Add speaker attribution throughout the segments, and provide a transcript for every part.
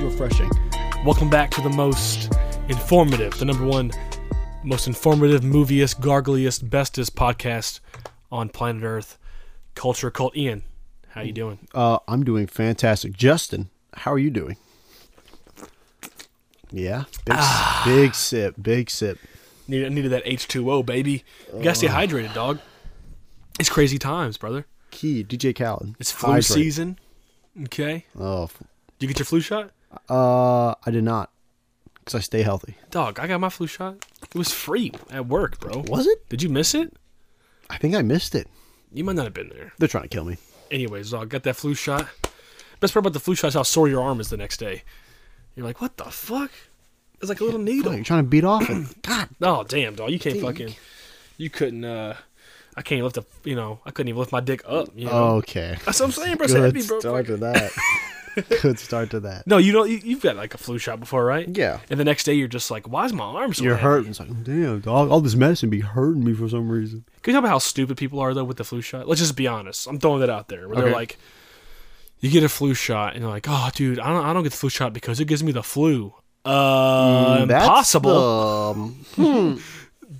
Speaker 1: refreshing.
Speaker 2: Welcome back to the most informative, the number one most informative, moviest, gargliest, bestest podcast on planet Earth, Culture Cult. Ian, how you doing?
Speaker 1: Uh, I'm doing fantastic. Justin, how are you doing? Yeah, big, s big sip, big sip.
Speaker 2: Need, I needed that H2O, baby. You gotta stay hydrated, dog. It's crazy times, brother.
Speaker 1: Key, DJ Khaled.
Speaker 2: It's flu
Speaker 1: Hydrate.
Speaker 2: season. Okay.
Speaker 1: Oh, f-
Speaker 2: Did you get your flu shot?
Speaker 1: uh, I did not, cause I stay healthy.
Speaker 2: Dog, I got my flu shot. It was free at work, bro.
Speaker 1: Was it?
Speaker 2: Did you miss it?
Speaker 1: I think I missed it.
Speaker 2: You might not have been there.
Speaker 1: They're trying to kill me.
Speaker 2: anyways, dog, got that flu shot. Best part about the flu shot is how sore your arm is the next day. You're like, what the fuck? It's like a little
Speaker 1: Oh,
Speaker 2: needle.
Speaker 1: you're trying to beat off him. God,
Speaker 2: Oh damn, dog, you can't fucking, you couldn't. uh I can't lift a, you know, I couldn't even lift my dick up. You know,
Speaker 1: okay.
Speaker 2: that's what I'm saying, bro. It's
Speaker 1: Oh, Good
Speaker 2: heavy, bro.
Speaker 1: start to that. Good start to that.
Speaker 2: No, you don't. You, you've got like a flu shot before, right?
Speaker 1: Yeah.
Speaker 2: And the next day, you're just like, why is my arm so?
Speaker 1: You're
Speaker 2: heavy?
Speaker 1: hurting. It's like, damn, dog, all this medicine be hurting me for some reason.
Speaker 2: Can you talk about how stupid people are though with the flu shot? Let's just be honest. I'm throwing that out there. Where
Speaker 1: Okay.
Speaker 2: they're like, you get a flu shot and they're like, oh, dude, I don't, I don't get the flu shot because it gives me the flu. Uh,
Speaker 1: Mm, That's
Speaker 2: impossible.
Speaker 1: Um,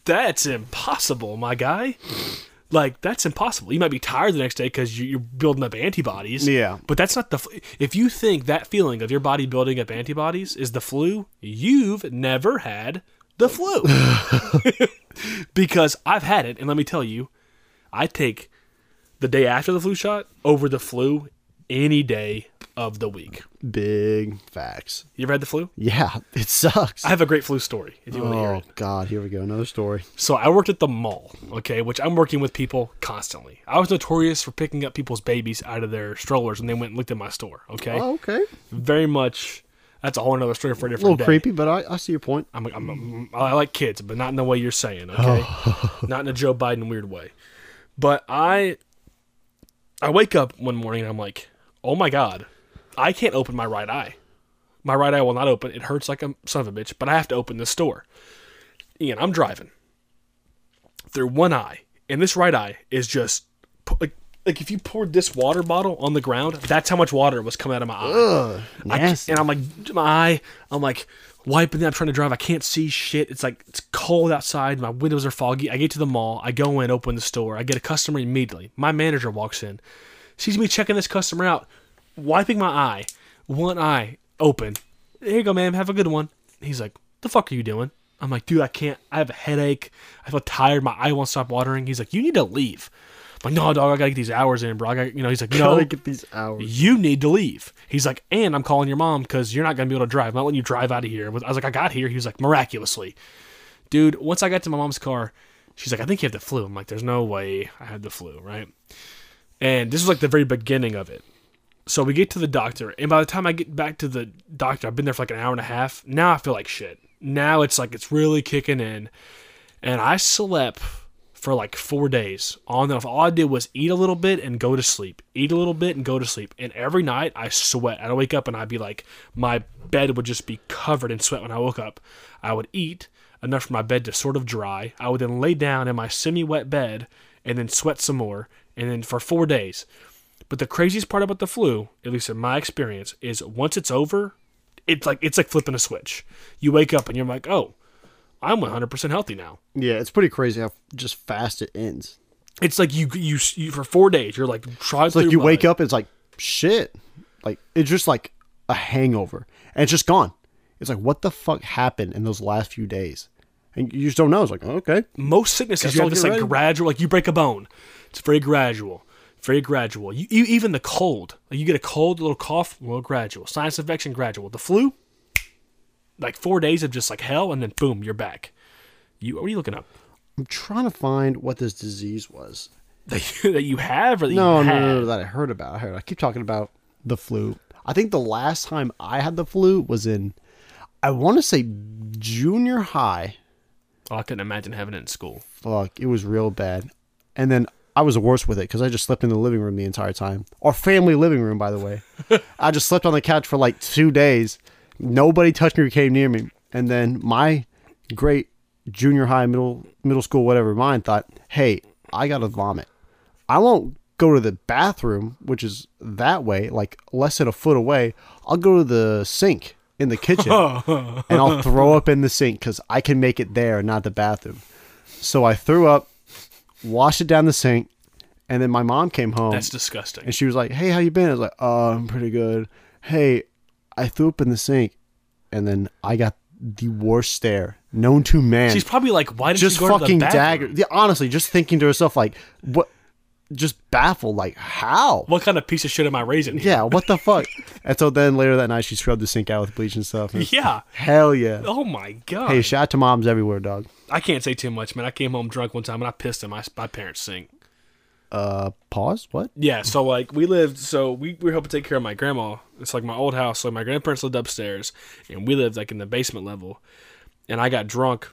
Speaker 2: That's impossible, my guy. Like that's impossible. You might be tired the next day because you, you're building up antibodies.
Speaker 1: Yeah.
Speaker 2: but that's not the. Fl- if you think that feeling of your body building up antibodies is the flu, you've never had the flu. because I've had it, and let me tell you, I take the day after the flu shot over the flu any day of the week.
Speaker 1: big facts.
Speaker 2: You ever had the flu?
Speaker 1: Yeah, it sucks.
Speaker 2: I have a great flu story if you want to hear
Speaker 1: oh
Speaker 2: it.
Speaker 1: God, here we go. Another story.
Speaker 2: So I worked at the mall, okay, which I'm working with people constantly. I was notorious for picking up people's babies out of their strollers when they went and looked at my store, okay?
Speaker 1: Oh, okay.
Speaker 2: Very much, that's a whole another story for a
Speaker 1: A
Speaker 2: different
Speaker 1: little
Speaker 2: day.
Speaker 1: creepy, but I, I see your point.
Speaker 2: I'm, I'm, I'm, I like kids, but not in the way you're saying, okay? not in a Joe Biden weird way. But I, I wake up one morning and I'm like, oh my god, I can't open my right eye. My right eye will not open. It hurts like a son of a bitch, but I have to open this door. Ian, I'm driving through one eye, and this right eye is just pu- like, like if you poured this water bottle on the ground, that's how much water was coming out of my eye.
Speaker 1: Ugh,
Speaker 2: I can't-
Speaker 1: nasty.
Speaker 2: and I'm like, my eye, I'm like wiping it. I'm trying to drive. I can't see shit. It's like, it's cold outside. My windows are foggy. I get to the mall. I go in, open the store. I get a customer immediately. My manager walks in, sees me checking this customer out, wiping my eye, one eye open. Here you go, ma'am. Have a good one. He's like, the fuck are you doing? I'm like, dude, I can't. I have a headache. I feel tired. My eye won't stop watering. He's like, you need to leave. I'm like, no, dog. I gotta get these hours in, bro. I got, you know. He's like, no,
Speaker 1: Gotta get these hours.
Speaker 2: you need to leave. He's like, and I'm calling your mom because you're not going to be able to drive. I'm not letting you drive out of here. I was like, I got here. He was like, miraculously. Dude, once I got to my mom's car, she's like, I think you have the flu. I'm like, there's no way I had the flu, right? And this was like the very beginning of it. So we get to the doctor, and by the time I get back to the doctor, I've been there for like an hour and a half. Now I feel like shit. Now it's like it's really kicking in. And I slept for like four days on and off. All I did was eat a little bit and go to sleep. Eat a little bit and go to sleep. And every night I sweat. I'd wake up and I'd be like, my bed would just be covered in sweat when I woke up. I would eat enough for my bed to sort of dry. I would then lay down in my semi wet bed and then sweat some more. And then for four days. But the craziest part about the flu, at least in my experience, is once it's over, it's like it's like flipping a switch. You wake up and you're like, "Oh, I'm 100% healthy now."
Speaker 1: Yeah, it's pretty crazy how just fast it ends.
Speaker 2: It's like you you, you for 4 days you're like trying
Speaker 1: It's like you wake up, it's like shit. Like it's just like a hangover, and it's just gone. It's like what the fuck happened in those last few days, and you just don't know. It's like okay,
Speaker 2: most sicknesses
Speaker 1: Guess
Speaker 2: are
Speaker 1: I'll
Speaker 2: just
Speaker 1: get
Speaker 2: like
Speaker 1: ready.
Speaker 2: gradual like you break a bone. It's very gradual. Very gradual. You, you even the cold. Like you get a cold, a little cough, a little gradual. Sinus infection gradual. The flu like 4 days of just like hell and then boom, you're back. You what are you looking up?
Speaker 1: I'm trying to find what this disease was.
Speaker 2: That you, that you have or that
Speaker 1: No,
Speaker 2: you
Speaker 1: no,
Speaker 2: had?
Speaker 1: no, no, that I heard about. I heard. I keep talking about the flu. I think the last time I had the flu was in, I want to say junior high.
Speaker 2: Oh, I couldn't imagine having it in
Speaker 1: Mm.
Speaker 2: school.
Speaker 1: Fuck, it was real bad. And then I was the worst with it because I just slept in the living room the entire time. Our family living room, by the way. I just slept on the couch for like two days. Nobody touched me or came near me. And then my great junior high, middle middle school, whatever mine thought, hey, I gotta vomit. I won't go to the bathroom, which is that way, like less than a foot away. I'll go to the sink in the kitchen and I'll throw up in the sink because I can make it there, not the bathroom. So I threw up, washed it down the sink, and then my mom came home
Speaker 2: That's disgusting.
Speaker 1: and she was like, "Hey, how you been?" I was like, "Oh, I'm pretty good." Hey, I threw up in the sink, and then I got the worst stare known to man.
Speaker 2: She's probably like, why did
Speaker 1: just
Speaker 2: you go
Speaker 1: fucking
Speaker 2: to the
Speaker 1: dagger.
Speaker 2: bathroom?
Speaker 1: Yeah, honestly, just thinking to herself like, what? Just baffled, like how?
Speaker 2: What kind of piece of shit am I raising? here?
Speaker 1: Yeah, what the fuck? and so then later that night, she scrubbed the sink out with bleach and stuff. and-
Speaker 2: Yeah.
Speaker 1: Hell yeah.
Speaker 2: Oh my god.
Speaker 1: Hey, shout out to moms everywhere, dog.
Speaker 2: I can't say too much, man. I came home drunk one time and I pissed in my my parents' sink.
Speaker 1: Uh, pause. What?
Speaker 2: Yeah, so like we lived, so we, we were helping take care of my grandma. It's like my old house. So my grandparents lived upstairs, and we lived like in the basement level. And I got drunk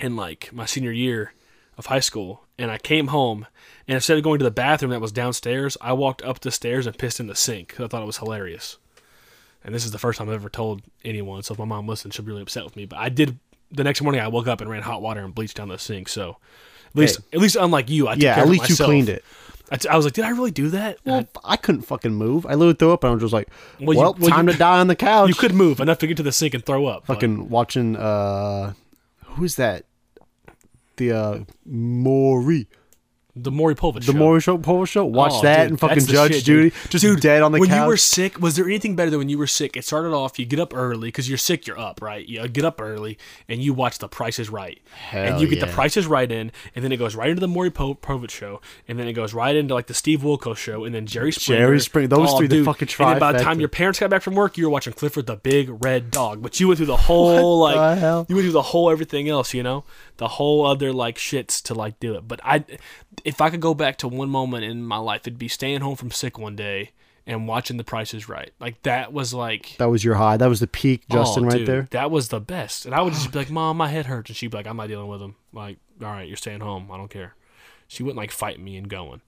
Speaker 2: in like my senior year of high school, and I came home, and instead of going to the bathroom that was downstairs, I walked up the stairs and pissed in the sink 'cause I thought it was hilarious. And this is the first time I've ever told anyone. So if my mom listens, she'll be really upset with me. But I did. The next morning, I woke up and ran hot water and bleach down the sink. So. At least, at least, unlike you, I took
Speaker 1: Yeah,
Speaker 2: care
Speaker 1: at
Speaker 2: of
Speaker 1: least you
Speaker 2: myself.
Speaker 1: cleaned it.
Speaker 2: I, t- I was like, did I really do that?
Speaker 1: Well, f- I couldn't fucking move. I literally threw up, and I was just like,
Speaker 2: Well,
Speaker 1: "Well,
Speaker 2: you- well,
Speaker 1: time
Speaker 2: you-
Speaker 1: to die on the couch."
Speaker 2: you could move enough to get to the sink and throw up. but-
Speaker 1: fucking watching. Uh, who is that? The uh, Maury,
Speaker 2: the Maury Povich. show.
Speaker 1: the Maury show, Povich show. Watch
Speaker 2: Oh,
Speaker 1: that
Speaker 2: dude,
Speaker 1: and fucking
Speaker 2: that's the
Speaker 1: Judge
Speaker 2: shit,
Speaker 1: Judy,
Speaker 2: dude.
Speaker 1: just
Speaker 2: Dude,
Speaker 1: dead on the
Speaker 2: when
Speaker 1: couch.
Speaker 2: you were sick, was there anything better than when you were sick? It started off, you get up early because you're sick, you're up, right? You uh, get up early and you watch The Price is Right,
Speaker 1: Hell
Speaker 2: and you get
Speaker 1: yeah.
Speaker 2: The Price is Right in, and then it goes right into the Maury po- Povich show, and then it goes right into like the Steve Wilco show, and then Jerry Springer.
Speaker 1: Jerry Springer, those
Speaker 2: three,
Speaker 1: three, the fucking
Speaker 2: And then by the time
Speaker 1: trifecta.
Speaker 2: your parents got back from work, you were watching Clifford the Big Red Dog, but you went through the whole
Speaker 1: What the
Speaker 2: like
Speaker 1: hell?
Speaker 2: you went through the whole everything else, you know, the whole other like shits to like do it. But I, if I could go back to one moment in my life, it'd be staying home from sick one day and watching The Price is Right. Like that was like
Speaker 1: that was your high. That was the peak, Justin,
Speaker 2: oh,
Speaker 1: right
Speaker 2: dude,
Speaker 1: there.
Speaker 2: That was the best. And I would just be like, Mom, my head hurts, and she'd be like, I'm not dealing with him. Like, all right, you're staying home. I don't care. She wouldn't like fight me and going.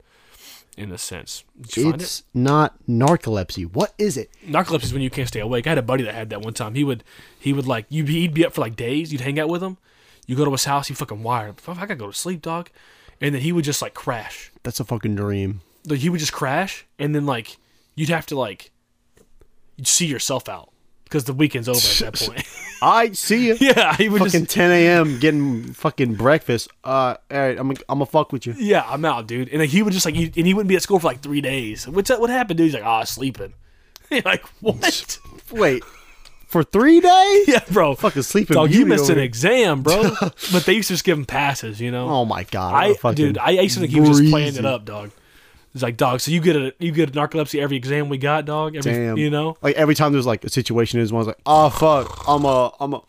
Speaker 2: In a sense, Did you find it?
Speaker 1: It's not narcolepsy. What is it?
Speaker 2: narcolepsy is when you can't stay awake. I had a buddy that had that one time. He would, he would like, you'd be, he'd be up for like days. You'd hang out with him. You go to his house, he fucking wired. Fuck, I gotta go to sleep, dog. And then he would just like crash.
Speaker 1: That's a fucking dream.
Speaker 2: Like he would just crash, and then like you'd have to like, you'd see yourself out because the weekend's over at that point.
Speaker 1: I see you.
Speaker 2: yeah, he would just.
Speaker 1: Fucking 10 a.m. getting fucking breakfast. Uh, all right, I'm gonna- I'm gonna fuck with you.
Speaker 2: Yeah, I'm out, dude. And like, he would just like, he, and he wouldn't be at school for like three days. What's that? What happened, dude? He's like, ah, sleeping. You're like, what?
Speaker 1: Wait, for three days?
Speaker 2: yeah, bro.
Speaker 1: Fucking sleeping.
Speaker 2: Dog, you
Speaker 1: Beauty
Speaker 2: missed
Speaker 1: over
Speaker 2: an
Speaker 1: here.
Speaker 2: exam, bro. but they used to just give him passes, you know.
Speaker 1: Oh my god! I'm
Speaker 2: I
Speaker 1: gonna fucking
Speaker 2: dude, I, I used to think he was just playing it
Speaker 1: breezy.
Speaker 2: up, dog. It's like, dog. So you get a you get narcolepsy every exam we got, dog. Every
Speaker 1: Damn.
Speaker 2: you know,
Speaker 1: like every time there's like a situation, is one's like, oh fuck, I'm a, I'm a.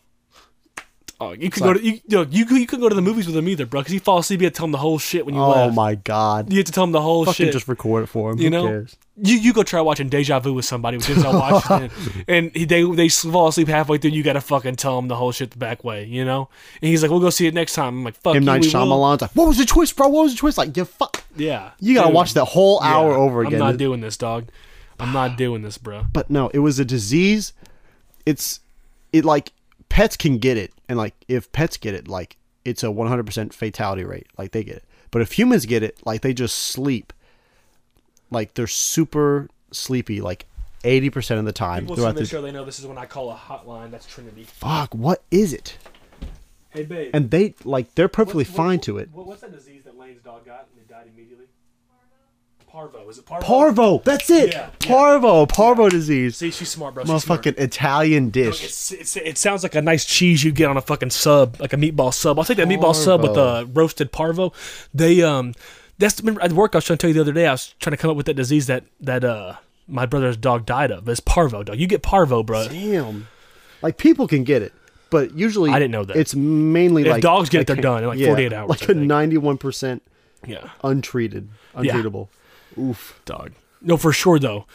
Speaker 2: oh, you could go to you, dog, you could- you couldn't go to the movies with him either, bro. Because he falls asleep, you had to tell him the whole shit when you
Speaker 1: Oh
Speaker 2: left.
Speaker 1: my god!
Speaker 2: You had to tell him the whole
Speaker 1: Fucking
Speaker 2: shit.
Speaker 1: just record it for him.
Speaker 2: you know,
Speaker 1: Who cares?
Speaker 2: you you go try watching Deja Vu with somebody, which is I watched, and, and he, they they fall asleep halfway through. You got to fucking tell him the whole shit the back way, you know. And he's like, "We'll go see it next time." I'm like, "Fuck
Speaker 1: M
Speaker 2: you,
Speaker 1: Night
Speaker 2: we will."
Speaker 1: Shyamalan's like, what was the twist, bro? What was the twist? Like, you fuck.
Speaker 2: Yeah,
Speaker 1: You gotta
Speaker 2: Dude,
Speaker 1: watch that whole
Speaker 2: yeah,
Speaker 1: hour over again.
Speaker 2: I'm not doing this, dog. I'm not doing this, bro.
Speaker 1: but no, it was a disease. It's, it like pets can get it, and like if pets get it, like it's a 100% fatality rate. Like they get it. But if humans get it, like they just sleep. Like they're super sleepy, like 80% of the time
Speaker 2: People listen
Speaker 1: throughout the.
Speaker 2: to the show, they know this is when I call a hotline. That's Trinity.
Speaker 1: Fuck, what is it?
Speaker 2: Hey, babe.
Speaker 1: and they like they're perfectly
Speaker 2: what-
Speaker 1: fine
Speaker 2: what-
Speaker 1: to it.
Speaker 2: What, what's that disease that Lane's dog got and they died immediately? Parvo. Is it Parvo?
Speaker 1: Parvo, that's it.
Speaker 2: Yeah, yeah.
Speaker 1: Parvo, Parvo disease.
Speaker 2: See, she's smart, bro. She's smart.
Speaker 1: Motherfucking Italian dish.
Speaker 2: It's, it's, it sounds like a nice cheese you get on a fucking sub, like a meatball sub. I'll take that meatball sub with
Speaker 1: Parvo.
Speaker 2: the roasted parvo. They um, that's remember at work I was trying to tell you the other day. I was trying to come up with that disease that that uh my brother's dog died of. It's parvo, dog. You get parvo, bro.
Speaker 1: Damn, like people can get it, but usually
Speaker 2: I didn't know that.
Speaker 1: It's mainly
Speaker 2: If
Speaker 1: like
Speaker 2: dogs get it,
Speaker 1: like-
Speaker 2: they're done in like 48 hours. I
Speaker 1: like a
Speaker 2: think.
Speaker 1: ninety-one percent
Speaker 2: yeah.
Speaker 1: untreated, untreatable. Oof.
Speaker 2: dog. No, for sure though.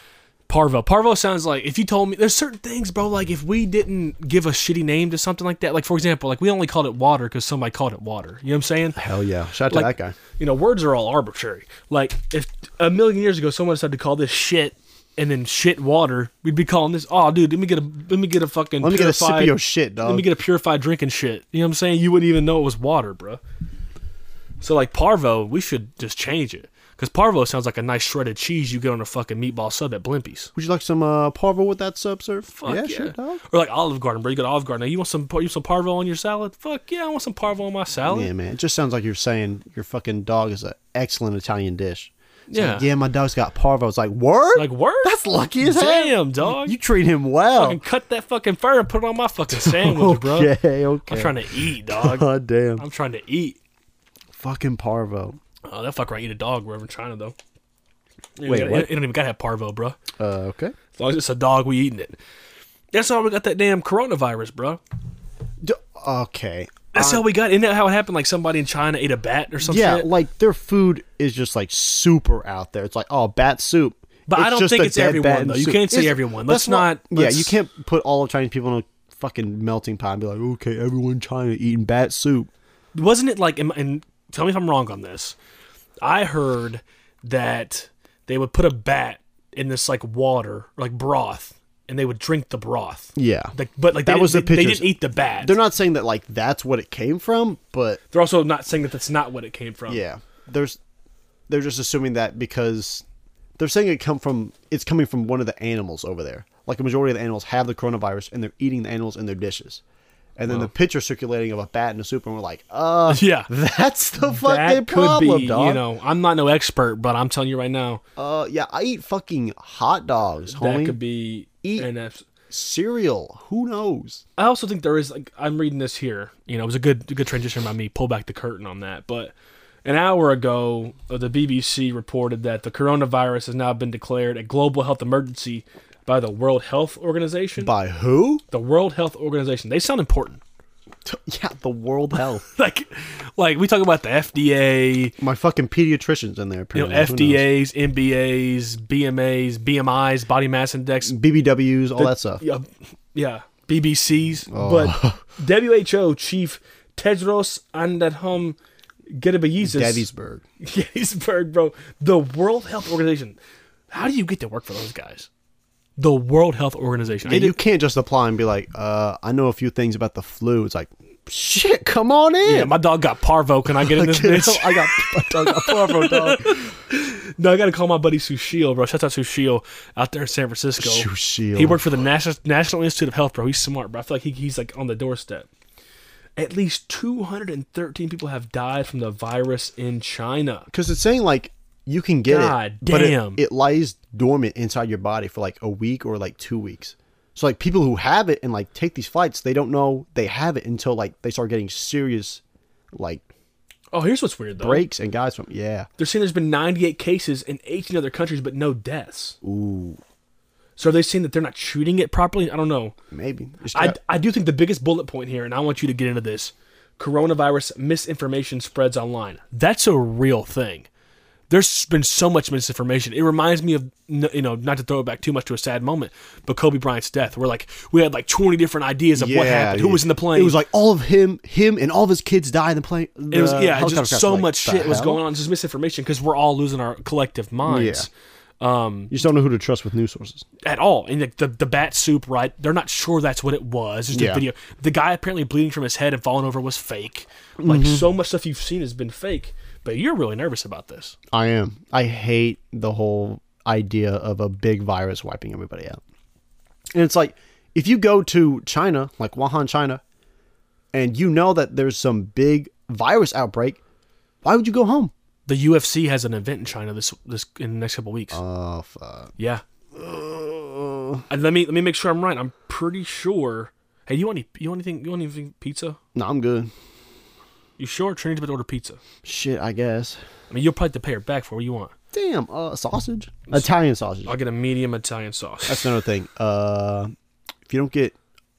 Speaker 2: Parvo. Parvo sounds like if you told me there's certain things, bro. Like if we didn't give a shitty name to something like that, like for example, like we only called it water because somebody called it water. You know what I'm saying?
Speaker 1: Hell yeah! Shout out
Speaker 2: Like
Speaker 1: to that guy.
Speaker 2: You know, words are all arbitrary. Like if a million years ago someone decided to call this shit and then shit water, we'd be calling this. Oh, dude, let me get a let me get a fucking
Speaker 1: Let me get a sip
Speaker 2: purified-
Speaker 1: of your shit, dog.
Speaker 2: let me get a purified drinking shit. You know what I'm saying? You wouldn't even know it was water, bro. So like Parvo, we should just change it. Because parvo sounds like a nice shredded cheese you get on a fucking meatball sub at Blimpies.
Speaker 1: Would you like some uh, parvo with that sub, sir?
Speaker 2: Fuck yeah.
Speaker 1: sure, dog.
Speaker 2: Or like Olive Garden, bro. You go to Olive Garden. Hey, you want some par- you want some parvo on your salad? Fuck yeah, I want some parvo on my salad.
Speaker 1: Yeah, man. It just sounds like you're saying your fucking dog is an excellent Italian dish. It's
Speaker 2: Yeah.
Speaker 1: Like, yeah, my dog's got parvo. It's like, word?
Speaker 2: Like word?
Speaker 1: That's lucky as hell.
Speaker 2: Damn, dog.
Speaker 1: You treat him well.
Speaker 2: fucking cut that fucking fur and put it on my fucking sandwich, bro.
Speaker 1: Oh. Okay, okay.
Speaker 2: I'm trying to eat, dog.
Speaker 1: God damn.
Speaker 2: I'm trying to eat.
Speaker 1: fucking parvo.
Speaker 2: Oh, that fucker ain't eat a dog wherever in China though. You
Speaker 1: Wait,
Speaker 2: gotta-
Speaker 1: what?
Speaker 2: It don't even gotta have parvo, bro.
Speaker 1: Uh, okay.
Speaker 2: As long as it's a dog, we eating it. That's how we got that damn coronavirus, bro.
Speaker 1: D- okay.
Speaker 2: That's how we got. Isn't that how it happened? Like somebody in China ate a bat or something.
Speaker 1: Uh, Yeah, like their food is just like super out there. It's like, oh, bat soup.
Speaker 2: But I don't
Speaker 1: just
Speaker 2: think
Speaker 1: a
Speaker 2: it's
Speaker 1: dead
Speaker 2: everyone,
Speaker 1: bat in
Speaker 2: though. You
Speaker 1: soup.
Speaker 2: can't say
Speaker 1: It's-
Speaker 2: everyone. Let's
Speaker 1: that's
Speaker 2: not- let's-
Speaker 1: Yeah, you can't put all of Chinese people in a fucking melting pot and be like, okay, everyone in China eating bat soup.
Speaker 2: wasn't it like? am- And tell me if I'm wrong on this. I heard that they would put a bat in this like water, like broth, and they would drink the broth.
Speaker 1: Yeah.
Speaker 2: Like, but like
Speaker 1: That
Speaker 2: they
Speaker 1: was
Speaker 2: didn't-
Speaker 1: the
Speaker 2: they, they
Speaker 1: pictures.
Speaker 2: didn't eat the bat.
Speaker 1: They're not saying that like that's what it came from, but
Speaker 2: They're also not saying that that's not what it came from.
Speaker 1: yeah, there's they're just assuming that because they're saying it come from it's coming from one of the animals over there. Like a majority of the animals have the coronavirus and they're eating the animals in their dishes. And then the picture circulating of a bat in a soup, and we're like, uh,
Speaker 2: Yeah.
Speaker 1: that's the fucking
Speaker 2: That could
Speaker 1: problem,
Speaker 2: be,
Speaker 1: dog.
Speaker 2: you know, I'm not no expert, but I'm telling you right now,
Speaker 1: uh, yeah, I eat fucking hot dogs,
Speaker 2: that
Speaker 1: homie.
Speaker 2: could be.
Speaker 1: Eat-
Speaker 2: an abs-
Speaker 1: Cereal, who knows?
Speaker 2: I also think there is like I'm reading this here. You know, it was a good a good transition by me. Pull back the curtain on that, but an hour ago, uh, the BBC reported that the coronavirus has now been declared a global health emergency by the World Health Organization.
Speaker 1: By who?
Speaker 2: the World Health Organization. They sound important.
Speaker 1: T- yeah, the World Health.
Speaker 2: Like, like we talk about the FDA,
Speaker 1: My fucking pediatrician's in there.
Speaker 2: you know,
Speaker 1: Apparently, Who
Speaker 2: FDA's,
Speaker 1: knows?
Speaker 2: MBA's, BMA's, BMI's, body mass index,
Speaker 1: BBWs, all that stuff.
Speaker 2: yeah, yeah, BBC's.
Speaker 1: Oh.
Speaker 2: But WHO chief Tedros Adhanom Ghebreyesus,
Speaker 1: Gettysburg.
Speaker 2: Gettysburg, bro, the World Health Organization. How do you get to work for those guys? The World Health Organization. I
Speaker 1: And
Speaker 2: need
Speaker 1: you can't just apply and be like, uh, I know a few things about the flu. It's like, shit, come on in.
Speaker 2: to- yeah, my dog got parvo. Can I get in this
Speaker 1: You know,
Speaker 2: bitch?
Speaker 1: I got, I got a parvo dog.
Speaker 2: No, I got to call my buddy Sushil, bro. Shout out Sushil out there in San Francisco.
Speaker 1: Sushil.
Speaker 2: He worked for the National, National Institute of Health, bro. He's smart, bro. I feel like he, he's like on the doorstep. At least 213 people have died from the virus in China.
Speaker 1: Because it's saying like you can get
Speaker 2: God
Speaker 1: it, but it-
Speaker 2: damn.
Speaker 1: it, lies dormant inside your body for like a week or like two weeks. So like people who have it and like take these flights, they don't know they have it until like they start getting serious, like
Speaker 2: Oh, here's what's weird though.
Speaker 1: breaks and guys from yeah.
Speaker 2: They're saying there's been 98 cases in 18 other countries, but no deaths. Ooh. So are they saying that they're not shooting it properly? I don't know.
Speaker 1: Maybe Just
Speaker 2: I,
Speaker 1: try-
Speaker 2: I do think the biggest bullet point here, and I want you to get into this coronavirus misinformation spreads online. That's a real thing. There's been so much misinformation. It reminds me of, n- you know, not to throw it back too much to a sad moment, but Kobe Bryant's death. We're like, we had like 20 different ideas of what
Speaker 1: Yeah,
Speaker 2: happened, who
Speaker 1: dude.
Speaker 2: was in the plane.
Speaker 1: It was like all of him, him, and all of his kids died in the plane.
Speaker 2: it was, yeah,
Speaker 1: the
Speaker 2: just
Speaker 1: helicopter
Speaker 2: so
Speaker 1: crash. Like,
Speaker 2: much
Speaker 1: the
Speaker 2: shit was
Speaker 1: hell?
Speaker 2: going on. It's just misinformation because we're all losing our collective minds.
Speaker 1: You just don't know who to trust with news sources.
Speaker 2: at all. And like the, the bat soup, right? They're not sure that's what it was. Just a
Speaker 1: Yeah.
Speaker 2: video. The guy apparently bleeding from his head and falling over was fake. Like so much stuff you've seen has been fake. But you're really nervous about this.
Speaker 1: I am. I hate the whole idea of a big virus wiping everybody out. And it's like if you go to China, like Wuhan, China, and you know that there's some big virus outbreak, why would you go home?
Speaker 2: The UFC has an event in China this this in the next couple weeks.
Speaker 1: Oh fuck.
Speaker 2: yeah. And let me let me make sure I'm right. I'm pretty sure. Hey, you want any you want anything you want anything pizza?
Speaker 1: No, I'm good.
Speaker 2: You sure? Trinity's about to order pizza.
Speaker 1: Shit, I guess.
Speaker 2: I mean, you'll probably have to pay her back for what you want.
Speaker 1: Damn, uh sausage? Italian sausage.
Speaker 2: I'll get a medium Italian sauce.
Speaker 1: That's another thing. Uh if you don't get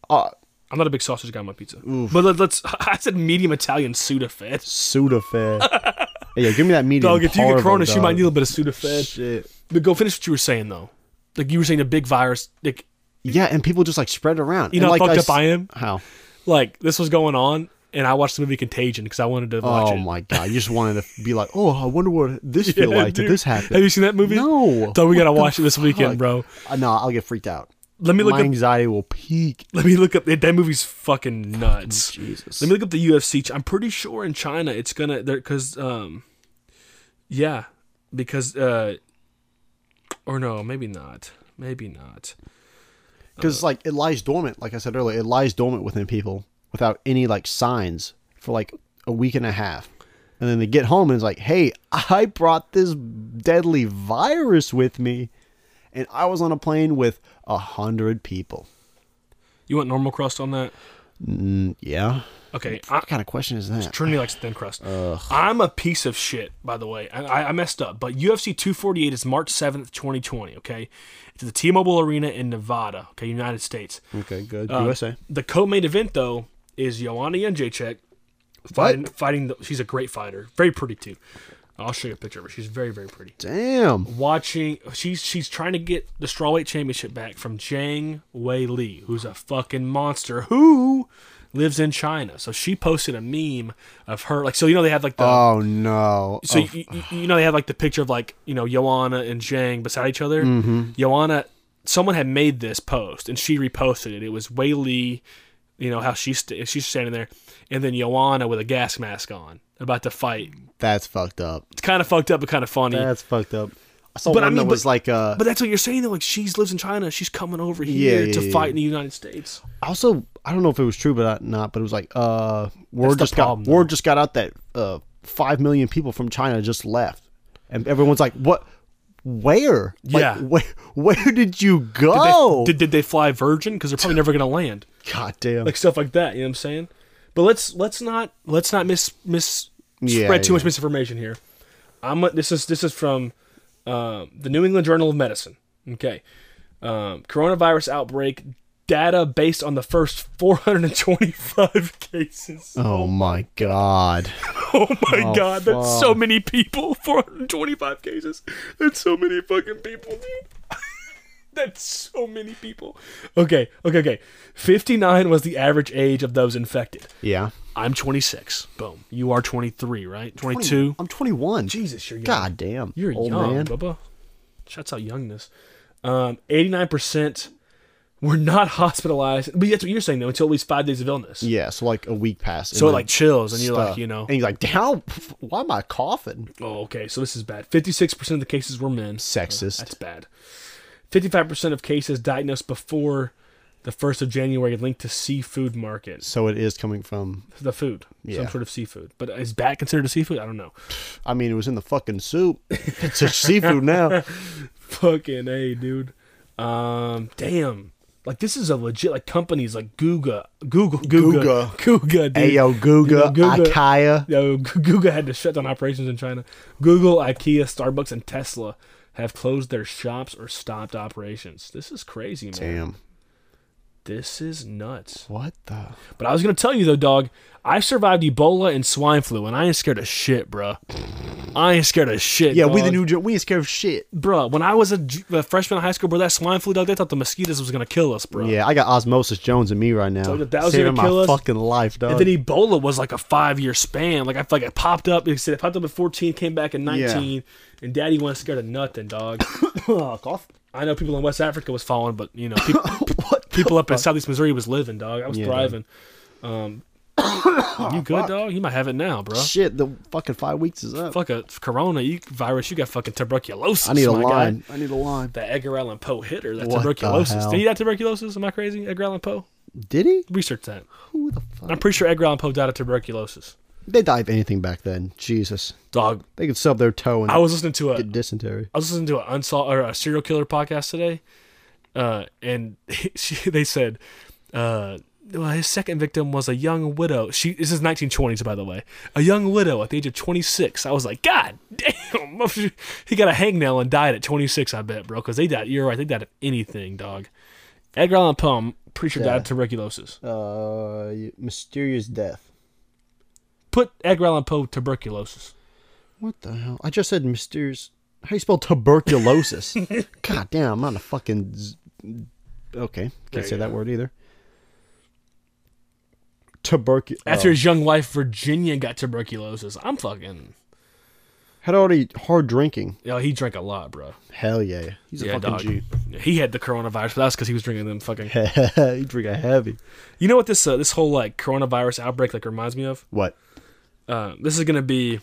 Speaker 1: uh
Speaker 2: I'm not a big sausage guy on my pizza. But let, let's. I said medium Italian Sudafed.
Speaker 1: Sudafed. yeah, give me that medium.
Speaker 2: Dog, if you get
Speaker 1: parvo,
Speaker 2: Corona, you
Speaker 1: dog.
Speaker 2: might need a little bit of Sudafed.
Speaker 1: shit.
Speaker 2: But go finish what you were saying though. Like you were saying, the big virus. Like
Speaker 1: Yeah, and people just like spread it around.
Speaker 2: you
Speaker 1: and,
Speaker 2: know,
Speaker 1: like,
Speaker 2: how fucked
Speaker 1: s-
Speaker 2: up I am.
Speaker 1: How?
Speaker 2: Like this was going on, and I watched the movie Contagion because I wanted to watch
Speaker 1: Oh
Speaker 2: it.
Speaker 1: my god! You just wanted to be like, oh, I wonder what this feel like. Did
Speaker 2: Dude,
Speaker 1: this happen?
Speaker 2: Have you seen that movie?
Speaker 1: No.
Speaker 2: So we
Speaker 1: What
Speaker 2: gotta
Speaker 1: the
Speaker 2: watch it this weekend,
Speaker 1: fuck?
Speaker 2: bro.
Speaker 1: Uh, no, I'll get freaked out.
Speaker 2: Let me look
Speaker 1: My
Speaker 2: up.
Speaker 1: anxiety will peak.
Speaker 2: Let me look up. That movie's fucking nuts.
Speaker 1: Jesus.
Speaker 2: Let me look up the UFC. I'm pretty sure in China it's gonna there because um, yeah, because uh or no, maybe not. Maybe not.
Speaker 1: because like it lies dormant. Like I said earlier, it lies dormant within people without any like signs for like a week and a half, and then they get home and it's like, hey, I brought this deadly virus with me, and I was on a plane with a hundred people.
Speaker 2: You want normal crust on that?
Speaker 1: Mm, yeah.
Speaker 2: Okay, I,
Speaker 1: What kind of question is that?
Speaker 2: Trinity likes thin crust. I'm a piece of shit, by the way. I, I- I messed up, but UFC 248 is March 7th, 2020. Okay, it's at the T-Mobile Arena in Nevada. Okay, United States.
Speaker 1: Okay, good.
Speaker 2: Um,
Speaker 1: USA.
Speaker 2: The co-main event though is Joanna Jędrzejczyk fighting. Fighting. The, she's a great fighter. Very pretty too. I'll show you a picture of her. She's very very pretty.
Speaker 1: Damn.
Speaker 2: Watching, she's she's trying to get the strawweight championship back from Zhang Wei Li, who's a fucking monster who lives in China. So she posted a meme of her, like so you know they have like the
Speaker 1: Oh no.
Speaker 2: so
Speaker 1: Oh,
Speaker 2: you, you, you know they have like the picture of like you know Joanna and Zhang beside each other. Joanna, someone had made this post and she reposted it. It was Wei Li, you know how she's st- she's standing there, and then Joanna with a gas mask on about to fight.
Speaker 1: that's fucked up.
Speaker 2: It's kind of fucked up but kind of funny.
Speaker 1: That's fucked up. I saw
Speaker 2: But
Speaker 1: one
Speaker 2: I mean,
Speaker 1: that was
Speaker 2: but-
Speaker 1: like uh
Speaker 2: but that's what you're saying though. Like she lives in China, she's coming over here
Speaker 1: yeah,
Speaker 2: to
Speaker 1: yeah,
Speaker 2: fight
Speaker 1: yeah.
Speaker 2: in the United States.
Speaker 1: also I don't know if it was true but not but it was like uh word
Speaker 2: the
Speaker 1: just got
Speaker 2: problem, though.
Speaker 1: word just got out that uh 5 million people from China just left and everyone's like what where Like,
Speaker 2: Yeah.
Speaker 1: where, where did you
Speaker 2: They-
Speaker 1: go
Speaker 2: did did they fly Virgin? Because they're probably never gonna land.
Speaker 1: god damn
Speaker 2: like stuff like that. You know what I'm saying? But let's let's not let's not mis mis
Speaker 1: Yeah,
Speaker 2: spread too
Speaker 1: yeah.
Speaker 2: much misinformation here. I'm a- this is this is from uh, the New England Journal of Medicine. Okay, um, coronavirus outbreak data based on the first 425 cases.
Speaker 1: oh my god
Speaker 2: Oh my god, that's
Speaker 1: fuck.
Speaker 2: so many people. 425 cases. That's so many fucking people, dude. that's so many people. Okay, okay, okay. 59 was the average age of those infected.
Speaker 1: yeah
Speaker 2: I'm 26. Boom. You are 23, right? 22.
Speaker 1: I'm 21
Speaker 2: Jesus, you're young.
Speaker 1: god damn
Speaker 2: You're
Speaker 1: old
Speaker 2: young,
Speaker 1: man
Speaker 2: Bubba. Shuts out youngness. Um, 89% were not hospitalized. But that's what you're saying, though, until at least five days of illness.
Speaker 1: yeah so like a week passed and
Speaker 2: So it
Speaker 1: then
Speaker 2: like chills, and you're
Speaker 1: stuff.
Speaker 2: like, you know,
Speaker 1: and he's like down why am I coughing
Speaker 2: oh, okay, so this is bad. 56% of the cases were men.
Speaker 1: sexist
Speaker 2: That's bad. 55% of cases diagnosed before the 1st of January linked to seafood markets.
Speaker 1: so it is coming from
Speaker 2: The food. Some
Speaker 1: Yeah.
Speaker 2: sort of seafood. But is bat considered a seafood? I don't know.
Speaker 1: I mean, it was in the fucking soup. It's a seafood now.
Speaker 2: Fucking A, dude. Um, damn. Like this is a legit like companies like Googa, Google, Googa, Googa, dude.
Speaker 1: Ayo,
Speaker 2: You know,
Speaker 1: Guga, Ikea.
Speaker 2: Yo, Google had to shut down operations in China. Google, IKEA, Starbucks, and Tesla have closed their shops or stopped operations. This is crazy, man.
Speaker 1: Damn.
Speaker 2: This is nuts.
Speaker 1: What the?
Speaker 2: But I was gonna tell you though, dog. I survived Ebola and swine flu, and I ain't scared of shit, bruh. I ain't scared of shit.
Speaker 1: Yeah, we the
Speaker 2: dog.
Speaker 1: New Jer- we ain't scared of shit.
Speaker 2: Bruh, when I was a, ju- a freshman in high school, bro, that swine flu dog, they thought the mosquitoes was gonna kill us, bro.
Speaker 1: Yeah, I got Osmosis Jones in me right now.
Speaker 2: Told you that was
Speaker 1: Saving
Speaker 2: gonna kill
Speaker 1: my
Speaker 2: us.
Speaker 1: fucking life,
Speaker 2: And
Speaker 1: dog.
Speaker 2: then Ebola was like a five year span. Like I feel like it popped up. It said it popped up at fourteen, came back at nineteen, and Daddy wasn't scared of nothing, dog.
Speaker 1: cough.
Speaker 2: I know people in West Africa was following, but you know, people,
Speaker 1: What?
Speaker 2: people up in Southeast Missouri was living, dog. I was
Speaker 1: Yeah,
Speaker 2: thriving. Um, you good, dog? You might have it now, bro.
Speaker 1: Shit, the fucking five weeks is up.
Speaker 2: Fuck a corona you, virus. You got fucking tuberculosis.
Speaker 1: I need a
Speaker 2: my guy.
Speaker 1: line. I need a line.
Speaker 2: That Edgar Allan Poe hitter, that
Speaker 1: What the
Speaker 2: tuberculosis.
Speaker 1: hell?
Speaker 2: Did he have tuberculosis? Am I crazy? Edgar Allan Poe?
Speaker 1: Did he?
Speaker 2: Research that.
Speaker 1: Who the fuck?
Speaker 2: I'm pretty sure Edgar Allan Poe died of tuberculosis.
Speaker 1: They died of anything back then. Jesus.
Speaker 2: Dog,
Speaker 1: They could stub their toe and
Speaker 2: I was listening to a
Speaker 1: get dysentery.
Speaker 2: I was listening to an unsolved or a serial killer podcast today, uh, and she, they said, uh, well, his second victim was a young widow. She this is 1920s, by the way, a young widow at the age of 26. I was like, God damn, he got a hangnail and died at 26. I bet, bro, because they died. You're right, they died of anything, dog. Edgar Allan Poe, I'm pretty sure died of tuberculosis.
Speaker 1: Uh, mysterious death.
Speaker 2: Put Edgar Allan Poe tuberculosis.
Speaker 1: What the hell? I just said mysterious. How do you spell tuberculosis? God damn, I'm not a fucking. Z- okay,
Speaker 2: There you
Speaker 1: can't say
Speaker 2: go.
Speaker 1: that word either. Tuberculosis.
Speaker 2: After his young wife Virginia got tuberculosis, I'm fucking.
Speaker 1: had already hard drinking.
Speaker 2: Yo, he drank a lot, bro.
Speaker 1: Hell yeah, he's a fucking G.
Speaker 2: He had the coronavirus, but that's because he was drinking them fucking.
Speaker 1: he drink a heavy.
Speaker 2: You know what this uh, this whole like coronavirus outbreak like reminds me of?
Speaker 1: What?
Speaker 2: Uh, this is gonna be.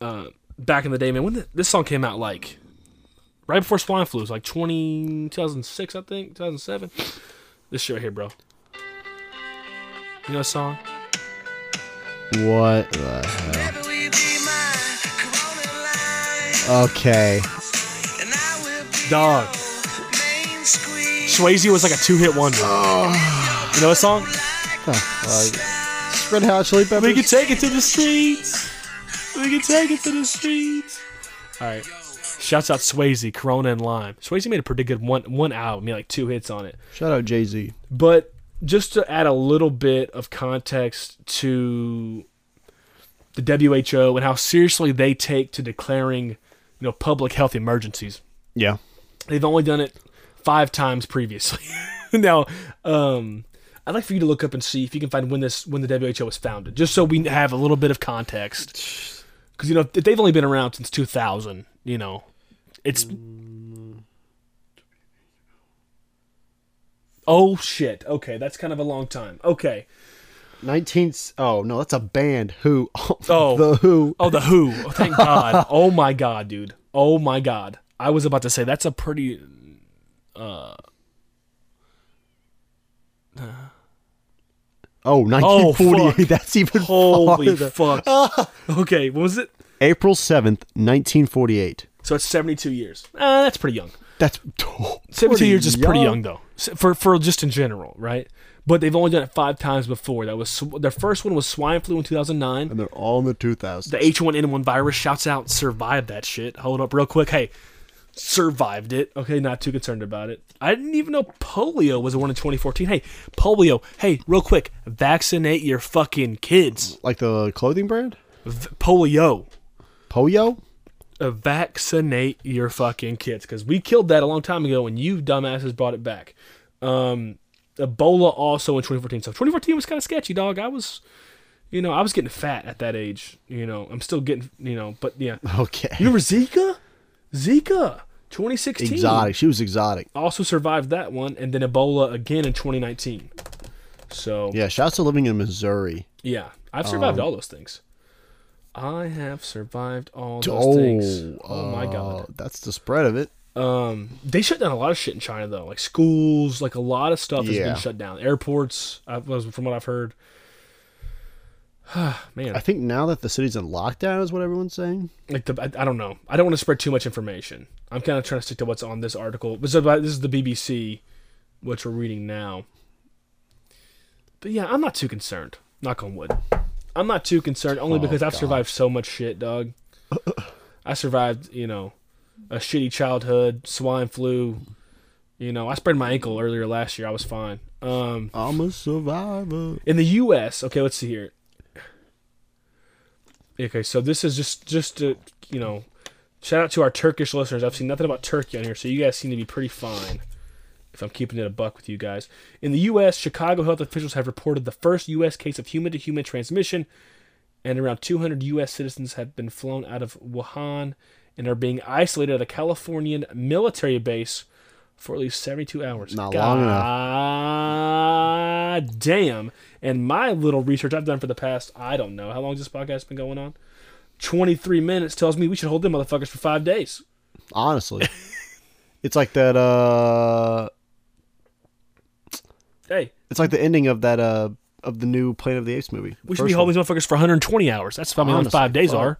Speaker 2: uh, back in the day, man. When the, this song came out, like right before swine flu, it was like 20, 2006, I think, 2007. This shit right here, bro. You know this song?
Speaker 1: What the hell?
Speaker 3: Never will be mine, Corona line,
Speaker 1: Okay.
Speaker 3: and I will be
Speaker 2: Dog.
Speaker 3: your main squeeze.
Speaker 2: Swayze was like a two hit wonder. You know this song?
Speaker 1: The fuck? Red Hot Chili Peppers.
Speaker 2: We can take it to the streets. We can take it to the streets. All right. Shouts out Swayze, Corona, and Lime. Swayze made a pretty good one one album, made like two hits on it.
Speaker 1: Shout out Jay Z.
Speaker 2: But just to add a little bit of context to the WHO and how seriously they take to declaring, you know, public health emergencies.
Speaker 1: Yeah.
Speaker 2: They've only done it five times previously. now, um, I'd like for you to look up and see if you can find when this when the WHO was founded, just so we have a little bit of context. Because you know if they've only been around since 2000. You know, it's oh shit. Okay, that's kind of a long time. Okay.
Speaker 1: 19th. Oh, no, that's a band. Who?
Speaker 2: Oh.
Speaker 1: The Who.
Speaker 2: Oh, the Who. Oh, thank God. oh my God, dude. Oh my God. I was about to say that's a pretty. Uh,
Speaker 1: Oh,
Speaker 2: Oh,
Speaker 1: 1948.
Speaker 2: fuck.
Speaker 1: that's even
Speaker 2: holy
Speaker 1: farther.
Speaker 2: fuck. okay, what was it?
Speaker 1: April 7th, 1948.
Speaker 2: So it's 72 years. Uh, that's pretty young.
Speaker 1: That's
Speaker 2: 72
Speaker 1: pretty
Speaker 2: years is pretty young, though, S- for, for just in general, right? But they've only done it five times before. That was sw- Their first one was swine flu in 2009.
Speaker 1: And they're all in the 2000s.
Speaker 2: The H1N1 virus shouts out, survived that shit. Hold up real quick. Hey, survived it. Okay, not too concerned about it. I didn't even know polio was the one in 2014. Hey, polio. Hey, real quick, vaccinate your fucking kids.
Speaker 1: like the clothing brand?
Speaker 2: V- polio.
Speaker 1: Poyo?
Speaker 2: uh, vaccinate your fucking kids because we killed that a long time ago and you dumbasses brought it back. Um, Ebola also in 2014. So 2014 was kind of sketchy, dog. I was, you know, I was getting fat at that age. You know, I'm still getting, you know, but yeah.
Speaker 1: Okay.
Speaker 2: You remember Zika? Zika 2016.
Speaker 1: exotic. She was exotic.
Speaker 2: Also survived that one and then Ebola again in 2019. So yeah,
Speaker 1: Yeah, shouts to living in Missouri.
Speaker 2: I've survived all those things. I have survived all those
Speaker 1: oh,
Speaker 2: things. Oh my god.
Speaker 1: uh, That's the spread of it.
Speaker 2: Um, they shut down a lot of shit in China though, like schools, like a lot of stuff has
Speaker 1: Yeah.
Speaker 2: been shut down. Airports, I was from what I've heard. Man,
Speaker 1: I think now that the city's in lockdown is what everyone's saying.
Speaker 2: like the I, I don't know. I don't want to spread too much information. I'm kind of trying to stick to what's on this article. This is, about, this is the BBC, which we're reading now. But yeah, I'm not too concerned. Knock on wood. I'm not too concerned only because I've survived so much shit, dog. I survived, you know, a shitty childhood, swine flu. You know, I sprained my ankle earlier last year. I was fine. Um,
Speaker 1: I'm a survivor.
Speaker 2: in the U.S. Okay, let's see here. Okay, so this is just just to you know, shout out to our Turkish listeners. I've seen nothing about Turkey on here, so you guys seem to be pretty fine. If I'm keeping it a buck with you guys, in the U.S., Chicago health officials have reported the first U.S. case of human-to-human transmission, and around 200 U.S. citizens have been flown out of Wuhan and are being isolated at a Californian military base for at least 72 hours.
Speaker 1: Not long enough.
Speaker 2: God damn. And my little research I've done for the past, I don't know, how long has this podcast been going on? 23 minutes tells me we should hold them motherfuckers for five days.
Speaker 1: Honestly. it's like that uh
Speaker 2: Hey,
Speaker 1: it's like the ending of that uh of the new Planet of the Apes movie.
Speaker 2: we
Speaker 1: The
Speaker 2: should be
Speaker 1: first one.
Speaker 2: holding these motherfuckers for 120 hours. That's how many
Speaker 1: Honestly,
Speaker 2: five days
Speaker 1: fuck.
Speaker 2: are.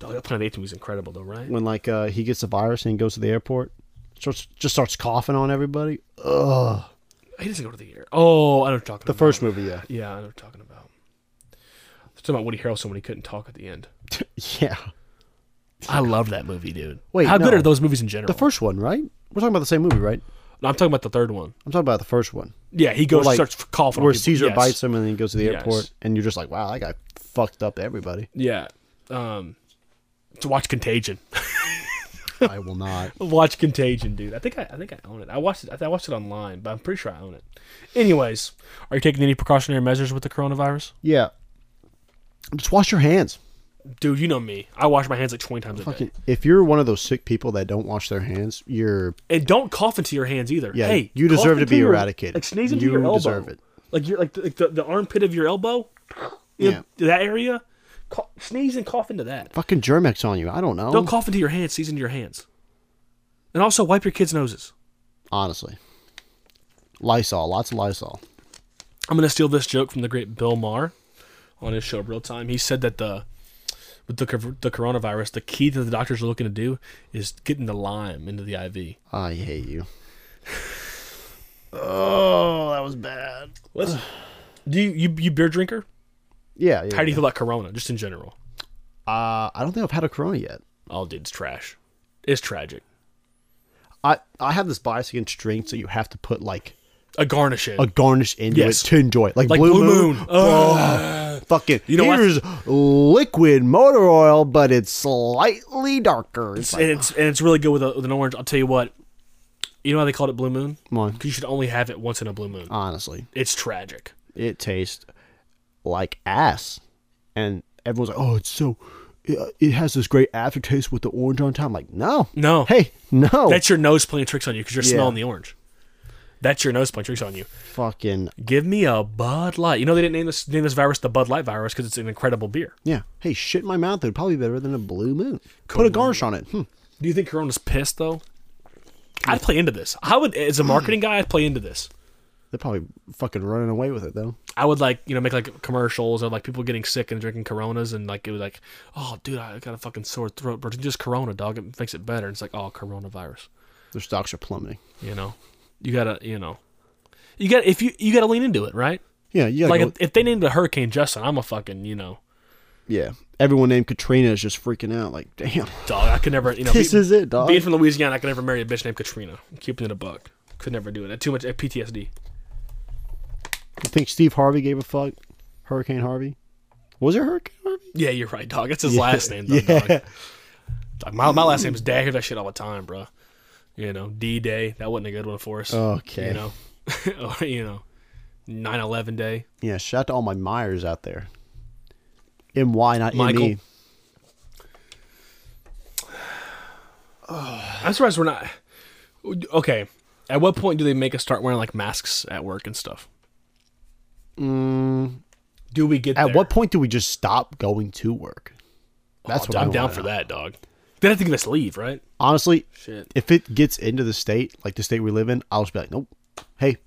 Speaker 2: Dog, that Planet of the Apes movie's incredible, though, right?
Speaker 1: when like uh he gets the virus and he goes to the airport. Starts, just starts coughing on everybody. Ugh.
Speaker 2: He doesn't go to the air. Oh, I know what you're talking
Speaker 1: The
Speaker 2: about.
Speaker 1: first movie, yeah.
Speaker 2: Yeah, I know what you're talking about. It's talking about Woody Harrelson when he couldn't talk at the end.
Speaker 1: Yeah.
Speaker 2: I love that movie, dude.
Speaker 1: Wait,
Speaker 2: how good
Speaker 1: no.
Speaker 2: are those movies in general?
Speaker 1: The first one, right? We're talking about the same movie, right?
Speaker 2: no, I'm talking about the third one.
Speaker 1: I'm talking about the first one.
Speaker 2: Yeah, he goes
Speaker 1: Or, like,
Speaker 2: starts coughing. on
Speaker 1: Where
Speaker 2: people.
Speaker 1: Caesar
Speaker 2: Yes.
Speaker 1: bites him and then he goes to the
Speaker 2: Yes.
Speaker 1: airport and you're just like, Wow, that guy fucked up everybody.
Speaker 2: Yeah. Um, to watch Contagion.
Speaker 1: I will not.
Speaker 2: watch Contagion, dude. I think I, I think I own it. I watched it. I, think I watched it online, but I'm pretty sure I own it. Anyways, are you taking any precautionary measures with the coronavirus?
Speaker 1: Yeah. Just wash your hands.
Speaker 2: Dude, you know me. I wash my hands like 20 times a day.
Speaker 1: Fucking- If you're one of those sick people that don't wash their hands, you're
Speaker 2: And don't cough into your hands either.
Speaker 1: Yeah,
Speaker 2: hey,
Speaker 1: you
Speaker 2: cough
Speaker 1: deserve to
Speaker 2: into
Speaker 1: be
Speaker 2: your-
Speaker 1: eradicated.
Speaker 2: Like sneeze into
Speaker 1: You
Speaker 2: your elbow.
Speaker 1: deserve it.
Speaker 2: Like your like the, like the, the armpit of your elbow. You know, that area. Cough, sneeze and cough into that.
Speaker 1: Fucking Germex on you. I don't know.
Speaker 2: Don't cough into your hands. Sneeze into your hands. And also wipe your kids' noses.
Speaker 1: Honestly. Lysol. Lots of Lysol.
Speaker 2: I'm gonna steal this joke from the great Bill Maher on his show Real Time. He said that the with the cor- the coronavirus, the key that the doctors are looking to do is getting the lime into the IV.
Speaker 1: I hate you. oh, that was bad.
Speaker 2: Let's, do you, you you beer drinker?
Speaker 1: Yeah. yeah
Speaker 2: How do you feel about Corona, just in general?
Speaker 1: uh, I don't think I've had a Corona yet.
Speaker 2: Oh, dude, it's trash. It's tragic.
Speaker 1: I, I have this bias against drinks that you have to put like
Speaker 2: A garnish it.
Speaker 1: a garnish into
Speaker 2: Yes.
Speaker 1: it to enjoy it. Like,
Speaker 2: like
Speaker 1: Blue, Moon.
Speaker 2: Ugh.
Speaker 1: Fucking, you
Speaker 2: know
Speaker 1: know
Speaker 2: what?
Speaker 1: here's liquid motor oil, but it's slightly darker. It's like,
Speaker 2: and it's and it's really good with, a, with an orange. I'll tell you what. You know how they called it blue moon?
Speaker 1: come on.
Speaker 2: Because you should only have it once in a blue moon.
Speaker 1: Honestly,
Speaker 2: It's tragic.
Speaker 1: it tastes like ass, and everyone's like, "Oh, it's so." It, it has this great aftertaste with the orange on top. I'm like, no,
Speaker 2: No.
Speaker 1: hey, no,
Speaker 2: Oh. That's your nose playing tricks on you because you're
Speaker 1: Yeah.
Speaker 2: smelling the orange. That's your nose playing tricks on you.
Speaker 1: fucking
Speaker 2: Give me a Bud Light. You know they didn't name this name this virus the Bud Light virus because it's an incredible beer.
Speaker 1: yeah. Hey, shit in my mouth. It'd probably be better than a blue moon. Put a garnish on it. Hmm.
Speaker 2: Do you think Corona's pissed though? I'd play into this. I would, as a marketing guy, I'd play into this.
Speaker 1: They're probably fucking running away with it though.
Speaker 2: I would like you know make like commercials of like people getting sick and drinking Coronas and like it was like, oh dude, I got a fucking sore throat, but just Corona, dog, it makes it better. And it's like, oh, coronavirus.
Speaker 1: Their stocks are plummeting.
Speaker 2: You know, you gotta, you know, you got to if you you gotta lean into it, right?
Speaker 1: Yeah, yeah.
Speaker 2: like if, if they named a hurricane Justin, I'm a fucking you know
Speaker 1: yeah. Everyone named Katrina is just freaking out. Like, damn,
Speaker 2: dog. I could never you know
Speaker 1: this
Speaker 2: be-
Speaker 1: is it, dog.
Speaker 2: being from Louisiana. I could never marry a bitch named Katrina. Keeping it a buck. Could never do it. I had Too much I had PTSD.
Speaker 1: You think Steve Harvey gave a fuck? Hurricane Harvey? Was it Hurricane Harvey?
Speaker 2: Yeah, you're right, dog. That's his last name, though, dog. Dog, My, my last name's Dag. I hear that shit all the time, bro. You know, D Day. That wasn't a good one for us.
Speaker 1: Okay.
Speaker 2: You know, or, you know, 9/11 day.
Speaker 1: Yeah, shout out to all my Myers out there. M Y not M
Speaker 2: Michael.
Speaker 1: E.
Speaker 2: I'm surprised we're not. Okay. At what point do they make us start wearing like masks at work and stuff? do we get
Speaker 1: Mm. At
Speaker 2: there?
Speaker 1: what point do we just stop going to work? That's
Speaker 2: Oh,
Speaker 1: what
Speaker 2: I'm
Speaker 1: I
Speaker 2: down
Speaker 1: wanna
Speaker 2: for
Speaker 1: know.
Speaker 2: that, dog. They have to give us leave, right?
Speaker 1: Honestly,
Speaker 2: Shit.
Speaker 1: if it gets into the state, like the state we live in, I'll just be like, nope. Hey,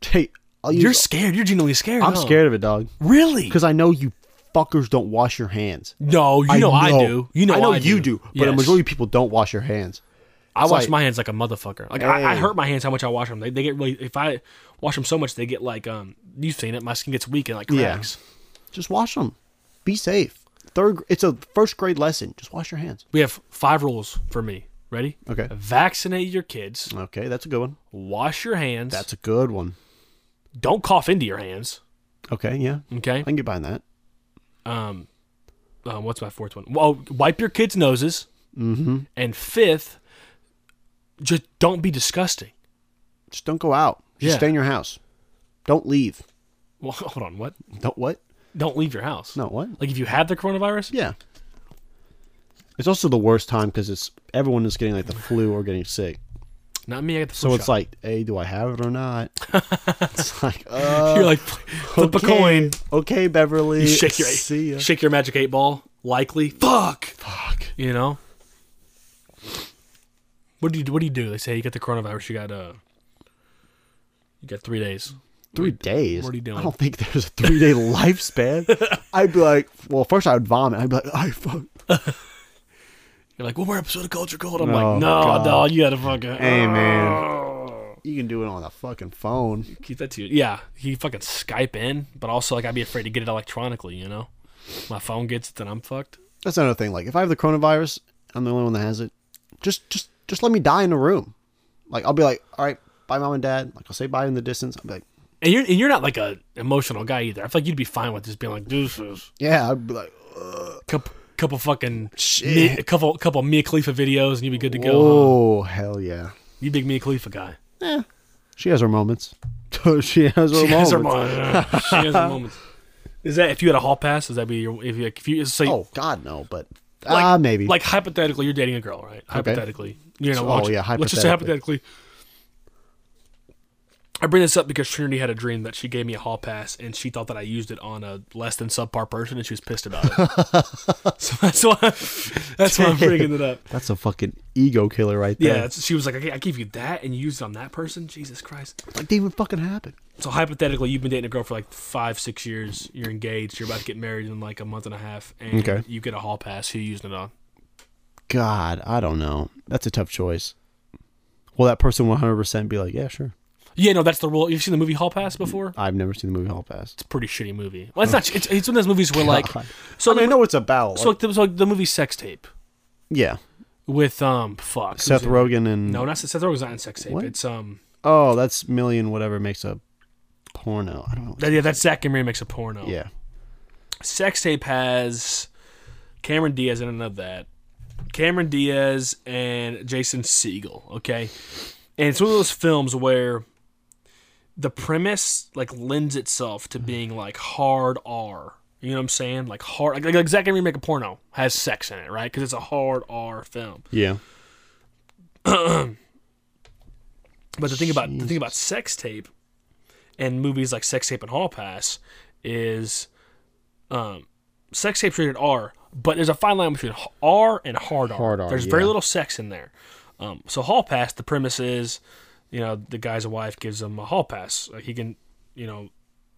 Speaker 1: hey, I'll use.
Speaker 2: You're scared. You're genuinely scared.
Speaker 1: I'm
Speaker 2: huh?
Speaker 1: scared of it, dog,
Speaker 2: Really?
Speaker 1: because I know you fuckers don't wash your hands.
Speaker 2: no, you know I, do. You know
Speaker 1: I know
Speaker 2: I
Speaker 1: you do, but a
Speaker 2: Yes.
Speaker 1: majority of people don't wash your hands.
Speaker 2: I wash
Speaker 1: like-
Speaker 2: my hands like a motherfucker. Like I, I
Speaker 1: Hey.
Speaker 2: hurt my hands how much I wash them. They, they get really if I wash them so much they get like um you've seen it. My skin gets weak and like
Speaker 1: Yeah.
Speaker 2: cracks.
Speaker 1: just wash them. Be safe. Third, it's a first grade lesson. Just wash your hands.
Speaker 2: We have five rules for me. Ready?
Speaker 1: Okay.
Speaker 2: Vaccinate your kids.
Speaker 1: Okay, that's a good one.
Speaker 2: Wash your hands.
Speaker 1: That's a good one.
Speaker 2: Don't cough into your hands.
Speaker 1: Okay, yeah,
Speaker 2: Okay.
Speaker 1: I can get behind that.
Speaker 2: um, um, what's my fourth one? Well, wipe your kids' noses. Mm-hmm. And fifth, just don't be disgusting.
Speaker 1: Just don't go out. Just
Speaker 2: Yeah.
Speaker 1: stay in your house. Don't leave.
Speaker 2: Well, hold on. What?
Speaker 1: Don't what?
Speaker 2: Don't leave your house.
Speaker 1: No what?
Speaker 2: Like if you have the coronavirus,
Speaker 1: Yeah. It's also the worst time because it's everyone is getting like the flu or getting sick.
Speaker 2: not me. I got the
Speaker 1: So
Speaker 2: flu
Speaker 1: it's
Speaker 2: shot.
Speaker 1: like, hey, do I have it or not? it's like, uh,
Speaker 2: you're like flip
Speaker 1: okay,
Speaker 2: a coin.
Speaker 1: Okay, Beverly.
Speaker 2: You shake your
Speaker 1: See ya.
Speaker 2: shake your magic eight ball. Likely, fuck, fuck. You know, what do you what do you do? They say you got the coronavirus. You got uh, you got three days.
Speaker 1: Three days.
Speaker 2: what are you doing?
Speaker 1: I don't think there's a three day lifespan. I'd be like, well, first I would vomit. I'd be like, I fuck.
Speaker 2: You're like, one more episode of Culture Cold. I'm
Speaker 1: Oh,
Speaker 2: like, no,
Speaker 1: God.
Speaker 2: dog, you gotta fucking uh,
Speaker 1: Hey, man. You can do it on the fucking phone.
Speaker 2: keep that to you. Yeah, he fucking Skype in, but also like I'd be afraid to get it electronically. You know, my phone gets it, then I'm fucked.
Speaker 1: That's another thing. Like, if I have the coronavirus, I'm the only one that has it. Just, just, just let me die in a room. Like, I'll be like, all right, bye, mom and dad. Like, I'll say bye in the distance. I'll be like,
Speaker 2: And you're and you're not like a emotional guy either. I feel like you'd be fine with just being like, deuces.
Speaker 1: yeah. I'd be like,
Speaker 2: Couple, couple fucking
Speaker 1: Shit.
Speaker 2: Me- a couple couple Mia Khalifa videos, and you'd be good to go. huh?
Speaker 1: oh hell yeah.
Speaker 2: You big Mia Khalifa guy.
Speaker 1: Yeah. She has her moments. she has her
Speaker 2: She has
Speaker 1: moments.
Speaker 2: her moments. she has her moments. Is that if you had a hall pass? Does that be your if you if you say
Speaker 1: Oh God, no. But
Speaker 2: like,
Speaker 1: ah, maybe. Oh,
Speaker 2: like hypothetically you're dating a girl right hypothetically you know
Speaker 1: So-
Speaker 2: let's,
Speaker 1: oh, yeah,
Speaker 2: let's just say hypothetically I bring this up because Trinity had a dream that she gave me a hall pass and she thought that I used it on a less than subpar person and she was pissed about it. so that's why that's why I'm bringing it up.
Speaker 1: That's a fucking ego killer right
Speaker 2: Yeah,
Speaker 1: there.
Speaker 2: it's- she was like, I, I gave you that and you used it on that person. Jesus Christ.
Speaker 1: like they even fucking happen.
Speaker 2: So hypothetically, you've been dating a girl for like five, six years. You're engaged. You're about to get married in like a month and a half, and
Speaker 1: Okay.
Speaker 2: you get a hall pass. Who you using it on?
Speaker 1: God, I don't know. That's a tough choice. Will that person 100% be like, yeah, sure?
Speaker 2: Yeah, no, that's the rule. You've seen the movie Hall Pass before?
Speaker 1: I've never seen the movie Hall Pass.
Speaker 2: Pretty shitty movie. Well, it's not. It's, it's one of those movies where like,
Speaker 1: Oh. God.
Speaker 2: so
Speaker 1: I mean, I know what it's about.
Speaker 2: so
Speaker 1: like-
Speaker 2: like the, so like the movie Sex Tape
Speaker 1: yeah.
Speaker 2: with um fuck who's
Speaker 1: Seth
Speaker 2: in it?
Speaker 1: Rogen and.
Speaker 2: No, not Seth Seth Rogen's not in Sex Tape.
Speaker 1: What?
Speaker 2: It's um
Speaker 1: Oh, that's Million whatever makes a porno. I don't know.
Speaker 2: that, yeah, that's Zach and Mary makes a porno.
Speaker 1: yeah.
Speaker 2: Sex Tape has Cameron Diaz in another that. Cameron Diaz and Jason Segel, okay? And it's one of those films where the premise like lends itself to being like hard R. You know what I'm saying? Like hard like, like, like Zack and Mary make a porno has sex in it, right? Cuz it's a hard R film.
Speaker 1: Yeah.
Speaker 2: But the thing about the thing about sex tape and movies like Sex Tape and Hall Pass is um, sex tape rated R, but there's a fine line between h- R and hard R.
Speaker 1: Hard R,
Speaker 2: there's very
Speaker 1: yeah.
Speaker 2: little sex in there. Um, so Hall Pass, the premise is, you know, the guy's wife gives him a hall pass. Like he can, you know,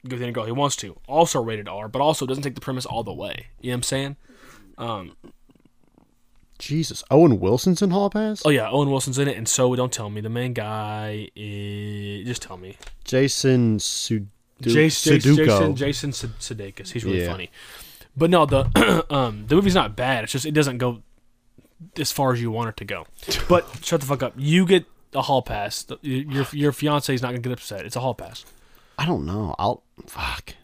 Speaker 2: go with any girl he wants to. Also rated R, but also doesn't take the premise all the way. You know what I'm saying?
Speaker 1: Jesus. Owen Wilson's in Hall Pass?
Speaker 2: Oh yeah, Owen Wilson's in it, and so don't tell me the main guy is. Just tell me.
Speaker 1: Jason Sudu-
Speaker 2: Jason,
Speaker 1: Sudeiko.
Speaker 2: Jason Jason Sud- Sudeikis. He's really
Speaker 1: Yeah.
Speaker 2: funny. But no, the um, the movie's not bad. It's just it doesn't go as far as you want it to go. But shut the fuck up. You get a hall pass. The- Your your fiance's not gonna get upset. It's a hall pass
Speaker 1: I don't know. I'll. Fuck.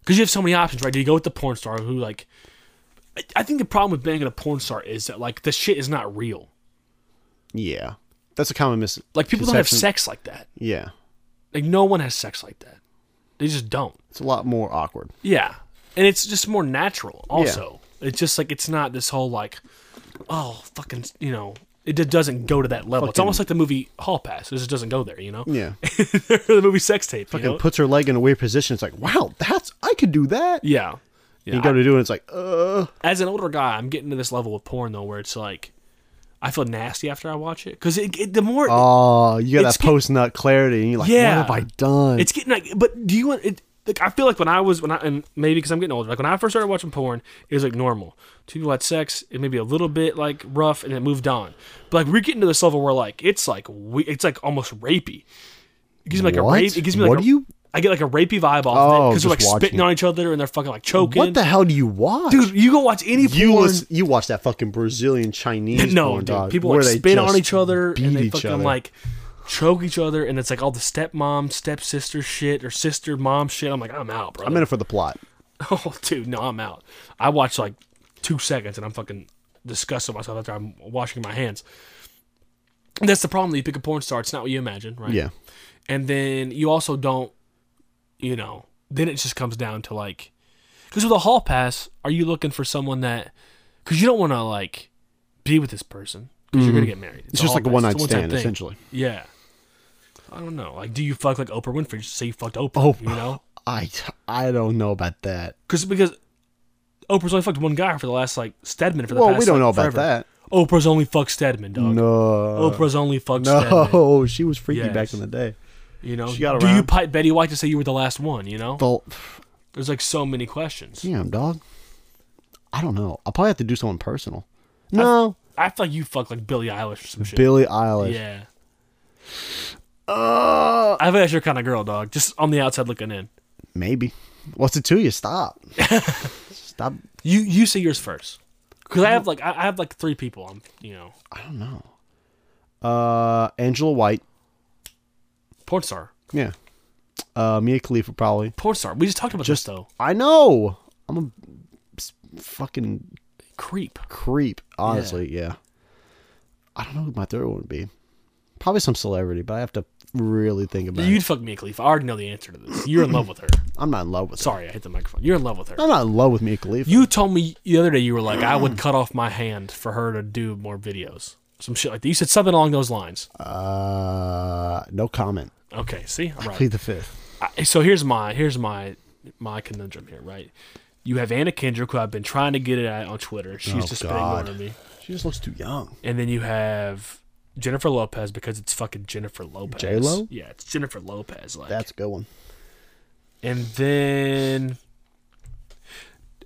Speaker 2: because you have so many options, right? Do you go with the porn star who like? I- I think the problem with banging a porn star is that like the shit is not real.
Speaker 1: Yeah. That's a common mis.
Speaker 2: Like people don't have
Speaker 1: Conception.
Speaker 2: sex like that.
Speaker 1: Yeah.
Speaker 2: Like no one has sex like that. They just don't.
Speaker 1: It's a lot more awkward.
Speaker 2: Yeah. And it's just more natural also. It's just like it's not this whole like oh fucking you know it d- doesn't go to that level. It's almost like the movie Hall Pass. It just doesn't go there, you know?
Speaker 1: Yeah.
Speaker 2: the movie Sex Tape. you
Speaker 1: fucking
Speaker 2: know?
Speaker 1: puts her leg in a weird position. It's like, wow, that's I could do that.
Speaker 2: yeah.
Speaker 1: you go to do it. It's like, uh,
Speaker 2: As an older guy, I'm getting to this level of porn though where it's like I feel nasty after I watch it cuz it, it- the more
Speaker 1: oh, you got
Speaker 2: It's
Speaker 1: that
Speaker 2: get-
Speaker 1: post nut clarity. And you're like,
Speaker 2: Yeah.
Speaker 1: what have I done?
Speaker 2: It's getting like, but do you want it? Like, I feel like when I was when I and maybe because I'm getting older, like when I first started watching porn, it was like normal. Two people had sex, it may be a little bit like rough, and it moved on. But like we're getting to this level where like it's like we, it's like almost rapey. It gives me like a
Speaker 1: What?
Speaker 2: rape. It gives me like
Speaker 1: What
Speaker 2: a-
Speaker 1: do you-
Speaker 2: I get like a rapey vibe off
Speaker 1: Oh,
Speaker 2: because they're like
Speaker 1: just watching
Speaker 2: spitting
Speaker 1: it.
Speaker 2: on each other and they're fucking like choking.
Speaker 1: what the hell do you watch,
Speaker 2: dude? You go watch any porn.
Speaker 1: You was, you watch that fucking Brazilian Chinese
Speaker 2: no,
Speaker 1: porn,
Speaker 2: dude.
Speaker 1: dog,
Speaker 2: People
Speaker 1: where
Speaker 2: like
Speaker 1: they
Speaker 2: spit on
Speaker 1: just
Speaker 2: each other and
Speaker 1: beat
Speaker 2: they
Speaker 1: each
Speaker 2: fucking
Speaker 1: other.
Speaker 2: like choke each other, and it's like all the stepmom, stepsister shit or sister mom shit. I'm like, I'm out, bro.
Speaker 1: I'm in it for the plot.
Speaker 2: Oh, dude, no, I'm out. I watched like two seconds and I'm fucking disgusted with myself after I'm washing my hands. And that's the problem. that You pick a porn star, it's not what you imagine, right?
Speaker 1: Yeah,
Speaker 2: And then you also don't, you know, then it just comes down to like, because with a hall pass, are you looking for someone that, because you don't want to like be with this person because you're going to get married.
Speaker 1: Mm-hmm. it's
Speaker 2: a
Speaker 1: just
Speaker 2: hall
Speaker 1: like a
Speaker 2: pass,
Speaker 1: one night
Speaker 2: it's a one-time
Speaker 1: stand,
Speaker 2: thing.
Speaker 1: essentially.
Speaker 2: Yeah. I don't know. Like, do you fuck like Oprah Winfrey? Just say you fucked
Speaker 1: Oh,
Speaker 2: Oprah. you know?
Speaker 1: I I don't know about that.
Speaker 2: Because because Oprah's only fucked one guy for the last like Stedman for the
Speaker 1: Well,
Speaker 2: past,
Speaker 1: we don't
Speaker 2: like,
Speaker 1: know about
Speaker 2: forever.
Speaker 1: that.
Speaker 2: Oprah's only fucked Stedman, dog.
Speaker 1: No,
Speaker 2: Oprah's only fucked Stedman.
Speaker 1: no, she was freaky
Speaker 2: Yes.
Speaker 1: back in the day.
Speaker 2: You know,
Speaker 1: She got
Speaker 2: do you
Speaker 1: around.
Speaker 2: pipe Betty White to say you were the last one? You know,
Speaker 1: The,
Speaker 2: there's like so many questions.
Speaker 1: damn, dog. I don't know. I'll probably have to do something personal. No,
Speaker 2: I feel like you fucked like Billie Eilish or some shit.
Speaker 1: Billie Eilish.
Speaker 2: yeah.
Speaker 1: Uh,
Speaker 2: I feel like that's your kind of girl, dog. Just on the outside looking in.
Speaker 1: Maybe. What's it to you? Stop. Stop.
Speaker 2: You you say yours first, because I have like I I have like three people. I'm you know
Speaker 1: I don't know. Uh, Angela White.
Speaker 2: porn star,
Speaker 1: Yeah. Uh, Mia Khalifa probably.
Speaker 2: porn star. We just talked about
Speaker 1: Just
Speaker 2: this though.
Speaker 1: I know. I'm a s- fucking
Speaker 2: Creep.
Speaker 1: creep. Honestly, yeah. I don't know who my third one would be. Probably some celebrity, but I have to really think about it.
Speaker 2: You'd fuck Mia Khalifa. I already know the answer to this. You're in love with her.
Speaker 1: I'm not in love with. her.
Speaker 2: Sorry, I hit the microphone. You're in love with her.
Speaker 1: I'm not in love with Mia Khalifa.
Speaker 2: You told me the other day you were like, I would cut off my hand for her to do more videos. Some shit like that. You said something along those lines.
Speaker 1: uh, no comment.
Speaker 2: Okay, see, I'm right.
Speaker 1: Plead the fifth.
Speaker 2: I- so here's my here's my my conundrum here, right? You have Anna Kendrick, who I've been trying to get it at on Twitter. She's
Speaker 1: Oh,
Speaker 2: just been
Speaker 1: God.
Speaker 2: ignoring me.
Speaker 1: She just looks too young.
Speaker 2: And then you have Jennifer Lopez because it's fucking Jennifer Lopez.
Speaker 1: J-Lo?
Speaker 2: Yeah, it's Jennifer Lopez. Like
Speaker 1: That's a good one.
Speaker 2: and then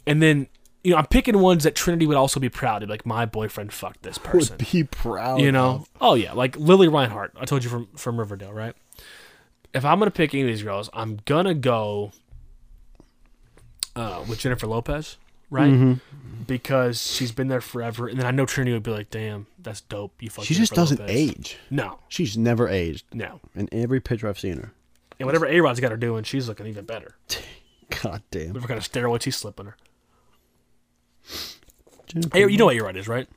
Speaker 2: and then you know I'm picking ones that Trinity would also be proud of, like my boyfriend fucked this person.
Speaker 1: Would be proud.
Speaker 2: you
Speaker 1: of.
Speaker 2: know? Oh yeah, like Lily Reinhart. I told you from from Riverdale, right? If I'm gonna pick any of these girls, I'm gonna go uh, with Jennifer Lopez, right?
Speaker 1: Mm-hmm.
Speaker 2: Because she's been there forever, and then I know Trinity would be like, "Damn, that's dope." You fuck
Speaker 1: she just
Speaker 2: Jennifer
Speaker 1: doesn't
Speaker 2: Lopez."
Speaker 1: age.
Speaker 2: No,
Speaker 1: She's never aged
Speaker 2: no.
Speaker 1: in every picture I've seen her.
Speaker 2: And whatever A Rod's got her doing, she's looking even better.
Speaker 1: God damn.
Speaker 2: Whatever kind of steroids he's slipping her. Hey, you know what A Rod is, right?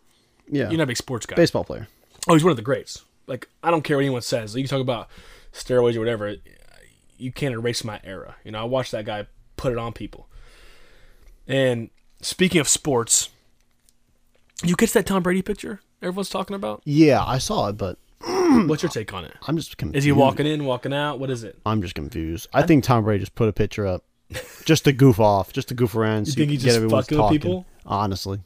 Speaker 1: Yeah.
Speaker 2: You're not a big sports guy.
Speaker 1: baseball player.
Speaker 2: Oh, he's one of the greats. Like I don't care what anyone says. You can talk about steroids or whatever. You can't erase my era. You know, I watched that guy put it on people. And speaking of sports, you catch that Tom Brady picture everyone's talking about?
Speaker 1: Yeah, I saw it, but
Speaker 2: What's your take on it?
Speaker 1: I'm just confused.
Speaker 2: Is he walking in, walking out? What is it?
Speaker 1: I'm just confused. I think Tom Brady just put a picture up just to goof off, just to goof around. You
Speaker 2: think he just fucking with people?
Speaker 1: Honestly.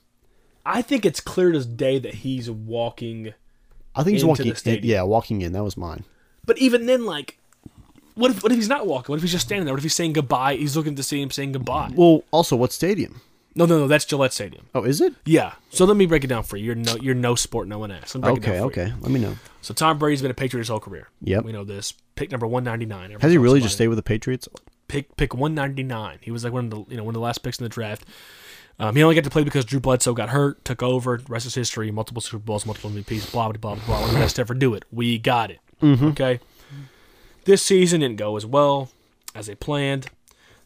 Speaker 2: I think it's clear as day that he's walking.
Speaker 1: I think he's
Speaker 2: Into
Speaker 1: walking
Speaker 2: the
Speaker 1: in.
Speaker 2: stadium.
Speaker 1: Yeah, walking in. That was mine.
Speaker 2: But even then, like, what if what if he's not walking? What if he's just standing there? What if he's saying goodbye? He's looking to see him saying goodbye.
Speaker 1: Well, also, what stadium?
Speaker 2: No, no, no. That's Gillette Stadium.
Speaker 1: Oh, is it?
Speaker 2: Yeah. So let me break it down for you. You're no, you're no sport, no one ass. Let me break it
Speaker 1: Okay,
Speaker 2: down for you.
Speaker 1: okay. Let me know.
Speaker 2: So Tom Brady's been a Patriot his whole career.
Speaker 1: Yep.
Speaker 2: We know this. Pick number one ninety nine.
Speaker 1: Has he really just stayed with the Patriots?
Speaker 2: pick pick one ninety nine? He was like one of the you know one of the last picks in the draft. Um, he only got to play because Drew Bledsoe got hurt, took over. Rest is history. Multiple Super Bowls, multiple MVPs. Blah blah blah blah. blah. We're the best to ever do it. We got it. Okay. This season didn't go as well as they planned.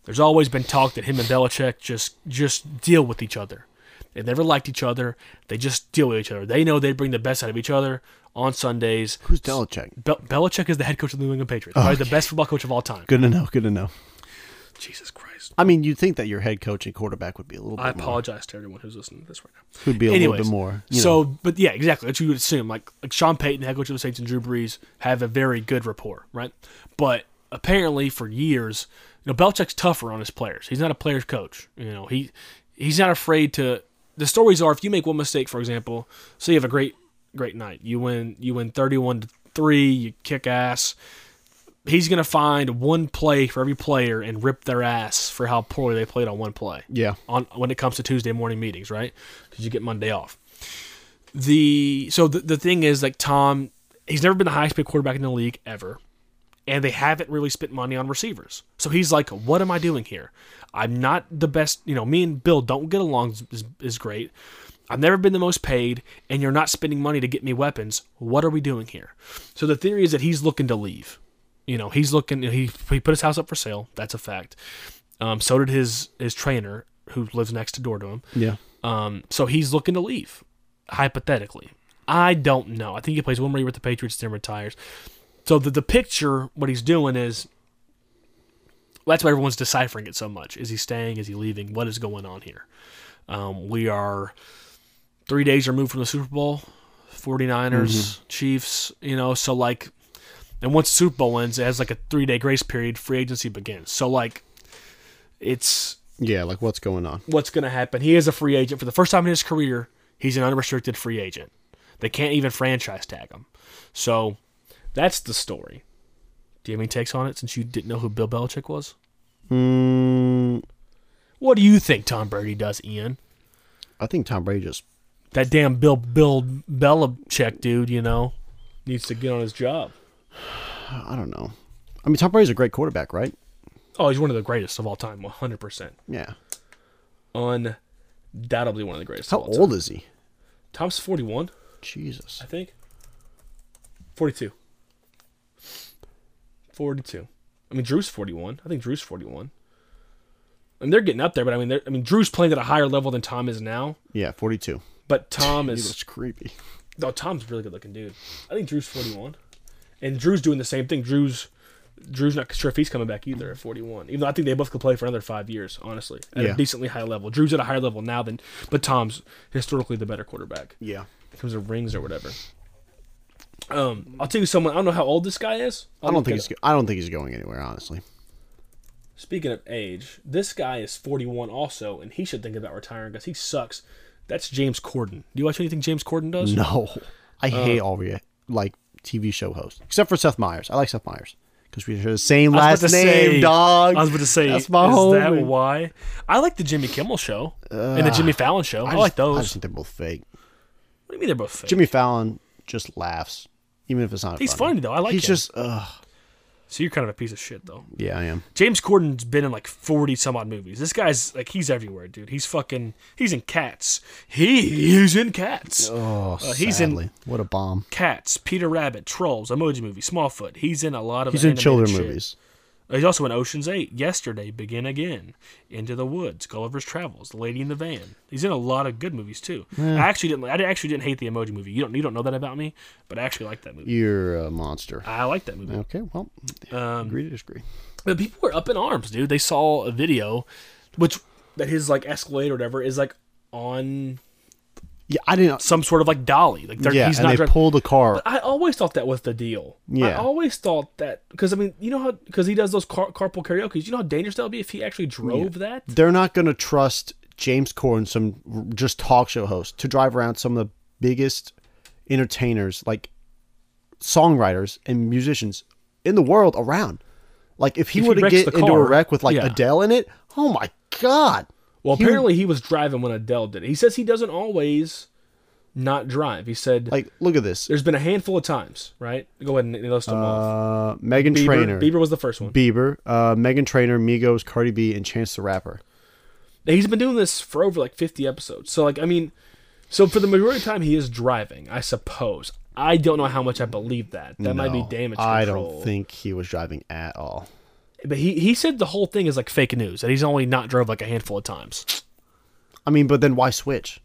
Speaker 2: There's always been talk that him and Belichick just just deal with each other. They never liked each other. They just deal with each other. They know they bring the best out of each other on Sundays.
Speaker 1: Who's Belichick?
Speaker 2: Be- Belichick is the head coach of the New England Patriots, probably the best football coach of all time.
Speaker 1: Good to know. Good to know.
Speaker 2: Jesus Christ!
Speaker 1: I mean, you'd think that your head coach and quarterback would be a little bit
Speaker 2: I
Speaker 1: more-
Speaker 2: apologize to everyone who's listening to this right now.
Speaker 1: Would be a
Speaker 2: Anyways,
Speaker 1: little bit more. you know.
Speaker 2: so, but yeah, exactly. That's what you would assume. Like, like Sean Payton, the head coach of the Saints, and Drew Brees have a very good rapport, right? But apparently, for years, you know, Belichick's tougher on his players. He's not a player's coach. You know, he he's not afraid to. The stories are if you make one mistake, for example, say you have a great great night, you win you win thirty one to three, you kick ass. He's gonna find one play for every player and rip their ass for how poorly they played on one play
Speaker 1: yeah,
Speaker 2: on when it comes to Tuesday morning meetings, right? Because you get Monday off. The so the, the thing is like Tom, he's never been the highest paid quarterback in the league ever, and they haven't really spent money on receivers. So he's like, what am I doing here? I'm not the best. You know, me and Bill don't get along is- is, is great. I've never been the most paid, and you're not spending money to get me weapons. What are we doing here? So the theory is that he's looking to leave. You know, he's looking. He he put his house up for sale. That's a fact. Um, so did his his trainer, who lives next door to him.
Speaker 1: yeah.
Speaker 2: Um, so he's looking to leave, hypothetically. I don't know. I think he plays one more year with the Patriots, then retires. So the the picture, what he's doing is. well, That's why everyone's deciphering it so much. Is he staying? Is he leaving? What is going on here? Um, we are three days removed from the Super Bowl. 49ers, Chiefs, you know, so like, and once the Super Bowl ends, it has like a three day grace period. Free agency begins. So, like, it's
Speaker 1: Yeah, like what's going on?
Speaker 2: what's going to happen. He is a free agent for the first time in his career. He's an unrestricted free agent. They can't even franchise tag him. So that's the story. Do you have any takes on it since you didn't know who Bill Belichick was?
Speaker 1: Mm,
Speaker 2: What do you think Tom Brady does, Ian?
Speaker 1: I think Tom Brady just
Speaker 2: That damn Bill Bill Belichick dude, you know, needs to get on his job.
Speaker 1: I don't know. I mean, Tom Brady's a great quarterback, right?
Speaker 2: Oh, he's one of the greatest of all time, 100%.
Speaker 1: Yeah.
Speaker 2: Undoubtedly one of the greatest.
Speaker 1: How
Speaker 2: of all
Speaker 1: old
Speaker 2: Time.
Speaker 1: is he?
Speaker 2: Tom's 41,
Speaker 1: Jesus.
Speaker 2: I think. 42. 42. I mean, Drew's 41. I think Drew's 41. And they're getting up there, but I mean, they're, I mean, Drew's playing at a higher level than Tom is now.
Speaker 1: Yeah, 42.
Speaker 2: But Tom
Speaker 1: He
Speaker 2: is
Speaker 1: looks creepy.
Speaker 2: no, Tom's a really good looking dude. I think Drew's 41, and Drew's doing the same thing. Drew's Drew's not sure if he's coming back either at 41. Even though I think they both could play for another five years, honestly, at
Speaker 1: Yeah.
Speaker 2: a decently high level. Drew's at a higher level now than, but Tom's historically the better quarterback
Speaker 1: Yeah.
Speaker 2: in terms of rings or whatever. Um, I'll tell you someone. I don't know how old this guy is.
Speaker 1: I don't think he's. go- I don't think he's going anywhere. Honestly,
Speaker 2: Speaking of age, this guy is 41 also, and he should think about retiring because he sucks. That's James Corden. Do you watch anything James Corden does?
Speaker 1: no. I
Speaker 2: Uh,
Speaker 1: hate all re- like TV show hosts except for Seth Meyers. I like Seth Meyers because we share the same
Speaker 2: I
Speaker 1: last
Speaker 2: was
Speaker 1: name,
Speaker 2: about to say-
Speaker 1: dog.
Speaker 2: I was about to say,
Speaker 1: that's my
Speaker 2: is
Speaker 1: homie.
Speaker 2: that why? I like the Jimmy Kimmel show and the Jimmy Fallon show. I,
Speaker 1: just-
Speaker 2: like
Speaker 1: I
Speaker 2: those.
Speaker 1: just think they're both fake.
Speaker 2: what do you mean they're both fake?
Speaker 1: Jimmy Fallon just laughs, even if it's not.
Speaker 2: He's funny, though. I like
Speaker 1: He's
Speaker 2: him.
Speaker 1: just. Ugh.
Speaker 2: so you're kind of a piece of shit, though.
Speaker 1: Yeah, I am.
Speaker 2: James Corden's been in like 40 some odd movies. This guy's like, he's everywhere, dude. He's fucking, he's in Cats. He is in Cats.
Speaker 1: Oh,
Speaker 2: Uh, he's
Speaker 1: sadly. what a bomb.
Speaker 2: Cats, Peter Rabbit, Trolls, Emoji Movie, Smallfoot. He's in a lot of
Speaker 1: He's in
Speaker 2: animated
Speaker 1: children
Speaker 2: shit.
Speaker 1: movies.
Speaker 2: He's also in Ocean's Eight, Yesterday, Begin Again, Into the Woods, Gulliver's Travels, The Lady in the Van. He's in a lot of good movies too. I actually didn't. I actually didn't hate the Emoji Movie. You don't. You don't know that about me, but I actually like that movie.
Speaker 1: You're a monster.
Speaker 2: I like that movie.
Speaker 1: Okay, well,
Speaker 2: Um,
Speaker 1: agree to disagree.
Speaker 2: But people were up in arms, dude. They saw a video, which that his like Escalade or whatever is like on
Speaker 1: Yeah, I didn't.
Speaker 2: some sort of like dolly. Like they're,
Speaker 1: Yeah,
Speaker 2: he's
Speaker 1: and
Speaker 2: not
Speaker 1: they
Speaker 2: driving.
Speaker 1: pulled the car.
Speaker 2: I always thought that was the deal. I
Speaker 1: Yeah.
Speaker 2: always thought that because I mean, you know how because he does those car- carpool karaoke. You know how dangerous that would be if he actually drove that.
Speaker 1: They're not going to trust James Corden, some r- just talk show host, to drive around some of the biggest entertainers, like songwriters and musicians in the world around. Like if he
Speaker 2: If he
Speaker 1: were to
Speaker 2: wrecks
Speaker 1: get
Speaker 2: the
Speaker 1: into a
Speaker 2: car,
Speaker 1: wreck with like
Speaker 2: yeah.
Speaker 1: Adele in it, oh my god.
Speaker 2: Well,
Speaker 1: He would-
Speaker 2: apparently he was driving when Adele did it. He says he doesn't always not drive. He said
Speaker 1: Like look at this.
Speaker 2: there's been a handful of times, right? Go ahead and list them off.
Speaker 1: Uh, Megan
Speaker 2: Bieber,
Speaker 1: Trainor, Bieber,
Speaker 2: Bieber was the first one.
Speaker 1: uh, Megan Trainor, Migos, Cardi B, and Chance the Rapper.
Speaker 2: He's been doing this for over like 50 episodes. So like I mean, so for the majority of the time he is driving, I suppose. I don't know how much I believe that. That might be
Speaker 1: No,
Speaker 2: damage control.
Speaker 1: I don't think he was driving at all.
Speaker 2: But he, he said the whole thing is like fake news that he's only not drove like a handful of times.
Speaker 1: I mean, but then why switch?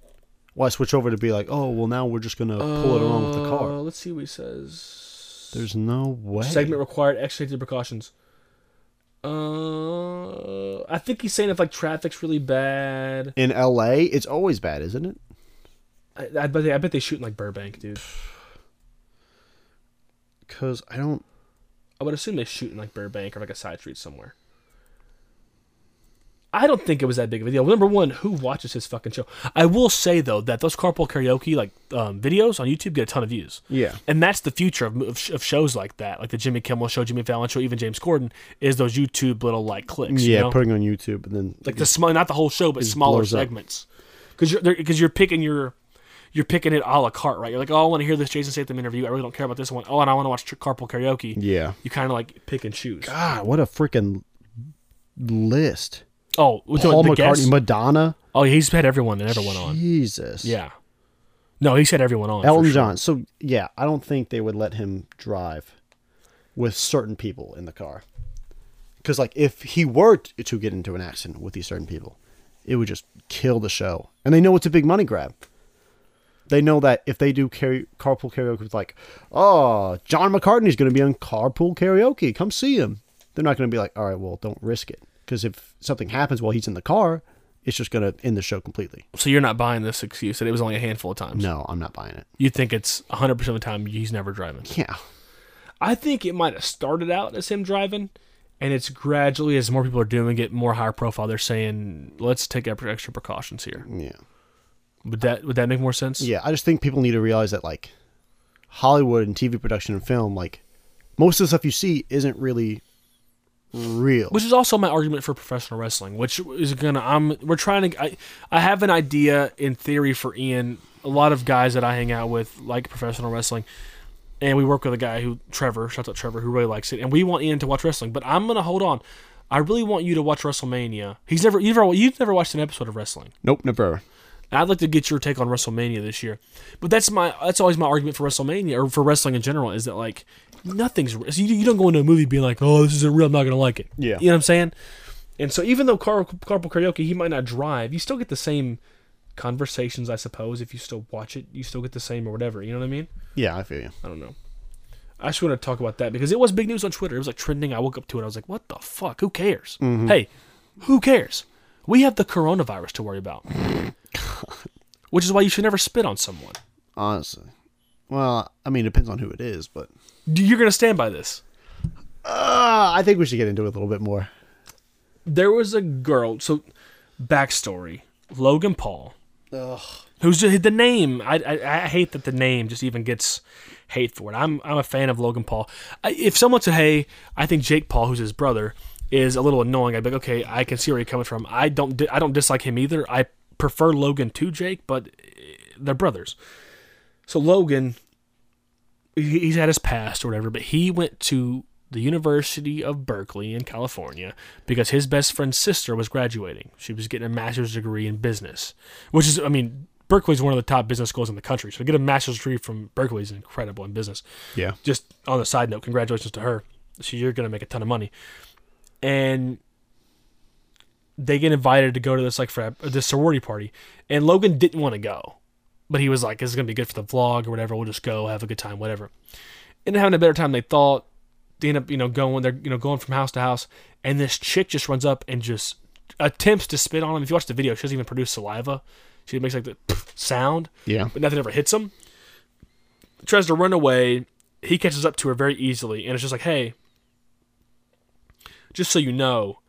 Speaker 1: Why switch over to be like, oh, well, now we're just gonna pull it along with the
Speaker 2: Uh,
Speaker 1: car?
Speaker 2: let's see what he says.
Speaker 1: There's no way.
Speaker 2: Segment required extra safety precautions. Uh, I think he's saying if like traffic's really bad.
Speaker 1: in L.A., it's always bad, isn't it?
Speaker 2: I, I bet they, I bet they shoot in like Burbank, dude.
Speaker 1: Because I don't.
Speaker 2: I would assume they shoot in like Burbank or like a side street somewhere. I don't think it was that big of a deal. Number one, who watches his fucking show? I will say though that those carpool karaoke like um, videos on YouTube get a ton of views.
Speaker 1: Yeah.
Speaker 2: and that's the future of, of, sh- of shows like that, like the Jimmy Kimmel Show, Jimmy Fallon Show, even James Corden, is those YouTube little like clicks. you
Speaker 1: Yeah,
Speaker 2: know?
Speaker 1: putting on YouTube and then
Speaker 2: like the small, not the whole show, but smaller
Speaker 1: blows up.
Speaker 2: segments. Because you're because you're picking your you're picking it a la carte, right? You're like, oh, I want to hear this Jason Statham interview. I really don't care about this one. Oh, and I want to watch Tr- Carpool Karaoke.
Speaker 1: yeah.
Speaker 2: You kind of like pick and choose.
Speaker 1: God, what a freaking list.
Speaker 2: Oh, we're doing
Speaker 1: Paul
Speaker 2: the
Speaker 1: McCartney,
Speaker 2: guest?
Speaker 1: Madonna.
Speaker 2: Oh, he's had everyone and everyone on.
Speaker 1: Jesus.
Speaker 2: Yeah. No, he's had everyone on. for
Speaker 1: Elton
Speaker 2: sure.
Speaker 1: John. So yeah, I don't think they would let him drive with certain people in the car. Because like if he were t- to get into an accident with these certain people, it would just kill the show. And they know it's a big money grab. They know that if they do carry, carpool karaoke, it's like, oh, John McCartney's going to be on carpool karaoke. Come see him. They're not going to be like, all right, well, don't risk it. Because if something happens while he's in the car, it's just going to end the show completely.
Speaker 2: So you're not buying this excuse that it was only a handful of times.
Speaker 1: No, I'm not buying it.
Speaker 2: You think it's 100% of the time he's never driving.
Speaker 1: Yeah.
Speaker 2: I think it might have started out as him driving, and it's gradually as more people are doing it, more higher profile. They're saying, "Let's take extra extra precautions here."
Speaker 1: Yeah.
Speaker 2: Would that would that make more sense?
Speaker 1: Yeah, I just think people need to realize that like Hollywood and TV production and film, like most of the stuff you see isn't really real.
Speaker 2: Which is also my argument for professional wrestling, which is gonna I'm we're trying to I, I have an idea in theory for Ian. A lot of guys that I hang out with like professional wrestling, and we work with a guy who Trevor, shout out Trevor, who really likes it, and we want Ian to watch wrestling. But I'm gonna hold on. I really want you to watch WrestleMania. He's never you've never you've never watched an episode of wrestling.
Speaker 1: nope, never.
Speaker 2: And I'd like to get your take on WrestleMania this year, but that's my that's always my argument for WrestleMania or for wrestling in general is that like nothing's re- so you, you don't go into a movie being like oh this isn't real I'm not gonna like it
Speaker 1: Yeah.
Speaker 2: you know what I'm saying, and so even though car, carpool karaoke he might not drive you still get the same conversations I suppose if you still watch it you still get the same or whatever you know what I mean
Speaker 1: Yeah, I feel you.
Speaker 2: I don't know I just want to talk about that because it was big news on Twitter it was like trending I woke up to it I was like what the fuck who cares hey who cares we have the coronavirus to worry about which is why you should never spit on someone.
Speaker 1: Honestly. Well, I mean, it depends on who it is, but
Speaker 2: Do- You're gonna stand by this.
Speaker 1: uh, I think we should get into it a little bit more.
Speaker 2: There was a girl. So, backstory: Logan Paul, who's just, the name. I, I I hate that the name just even gets hate for it. I'm I'm a fan of Logan Paul. I, if someone said, "Hey, I think Jake Paul, who's his brother, is a little annoying," I'd be like, "Okay, I can see where you're coming from. I don't di- I don't dislike him either. I prefer Logan to Jake, but eh, they're brothers." So Logan, he- he's had his past or whatever, but he went to the University of Berkeley in California because his best friend's sister was graduating. She was getting a master's degree in business, which is, I mean, Berkeley's one of the top business schools in the country. So to get a master's degree from Berkeley is incredible in business.
Speaker 1: Yeah.
Speaker 2: Just on the side note, congratulations to her. So you're gonna make a ton of money, and they get invited to go to this like frat, this sorority party, and Logan didn't want to go, but he was like, "This is gonna be good for the vlog or whatever. We'll just go have a good time, whatever." Ended up having a better time than they thought. They end up, you know, going they're you know going from house to house, and this chick just runs up and just attempts to spit on him. If you watch the video, she doesn't even produce saliva. She makes like the sound
Speaker 1: Yeah.
Speaker 2: but nothing ever hits him. Tries to run away. He catches up to her very easily, and it's just like, hey, just so you know,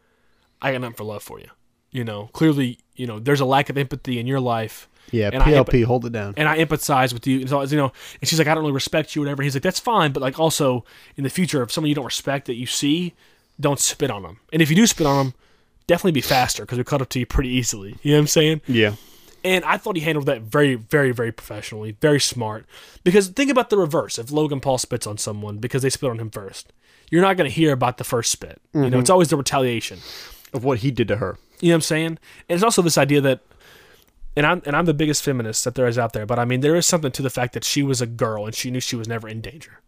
Speaker 2: I got nothing for love for you. You know, clearly, you know, there's a lack of empathy in your life.
Speaker 1: Yeah.
Speaker 2: And I-
Speaker 1: PLP, hold it down.
Speaker 2: And I empathize with you. And so, you know, and she's like, I don't really respect you, whatever. He's like, that's fine, but like also in the future, if someone you don't respect that you see, don't spit on them. And if you do spit on them, definitely be faster because we caught up to you pretty easily. You know what I'm saying?
Speaker 1: yeah.
Speaker 2: And I thought he handled that very, very, very professionally, very smart. Because think about the reverse if Logan Paul spits on someone because they spit on him first. You're not going to hear about the first spit. You know, it's always the retaliation.
Speaker 1: Of what he did to her.
Speaker 2: You know what I'm saying? And it's also this idea that, and I'm and I'm the biggest feminist that there is out there, but I mean there is something to the fact that she was a girl and she knew she was never in danger,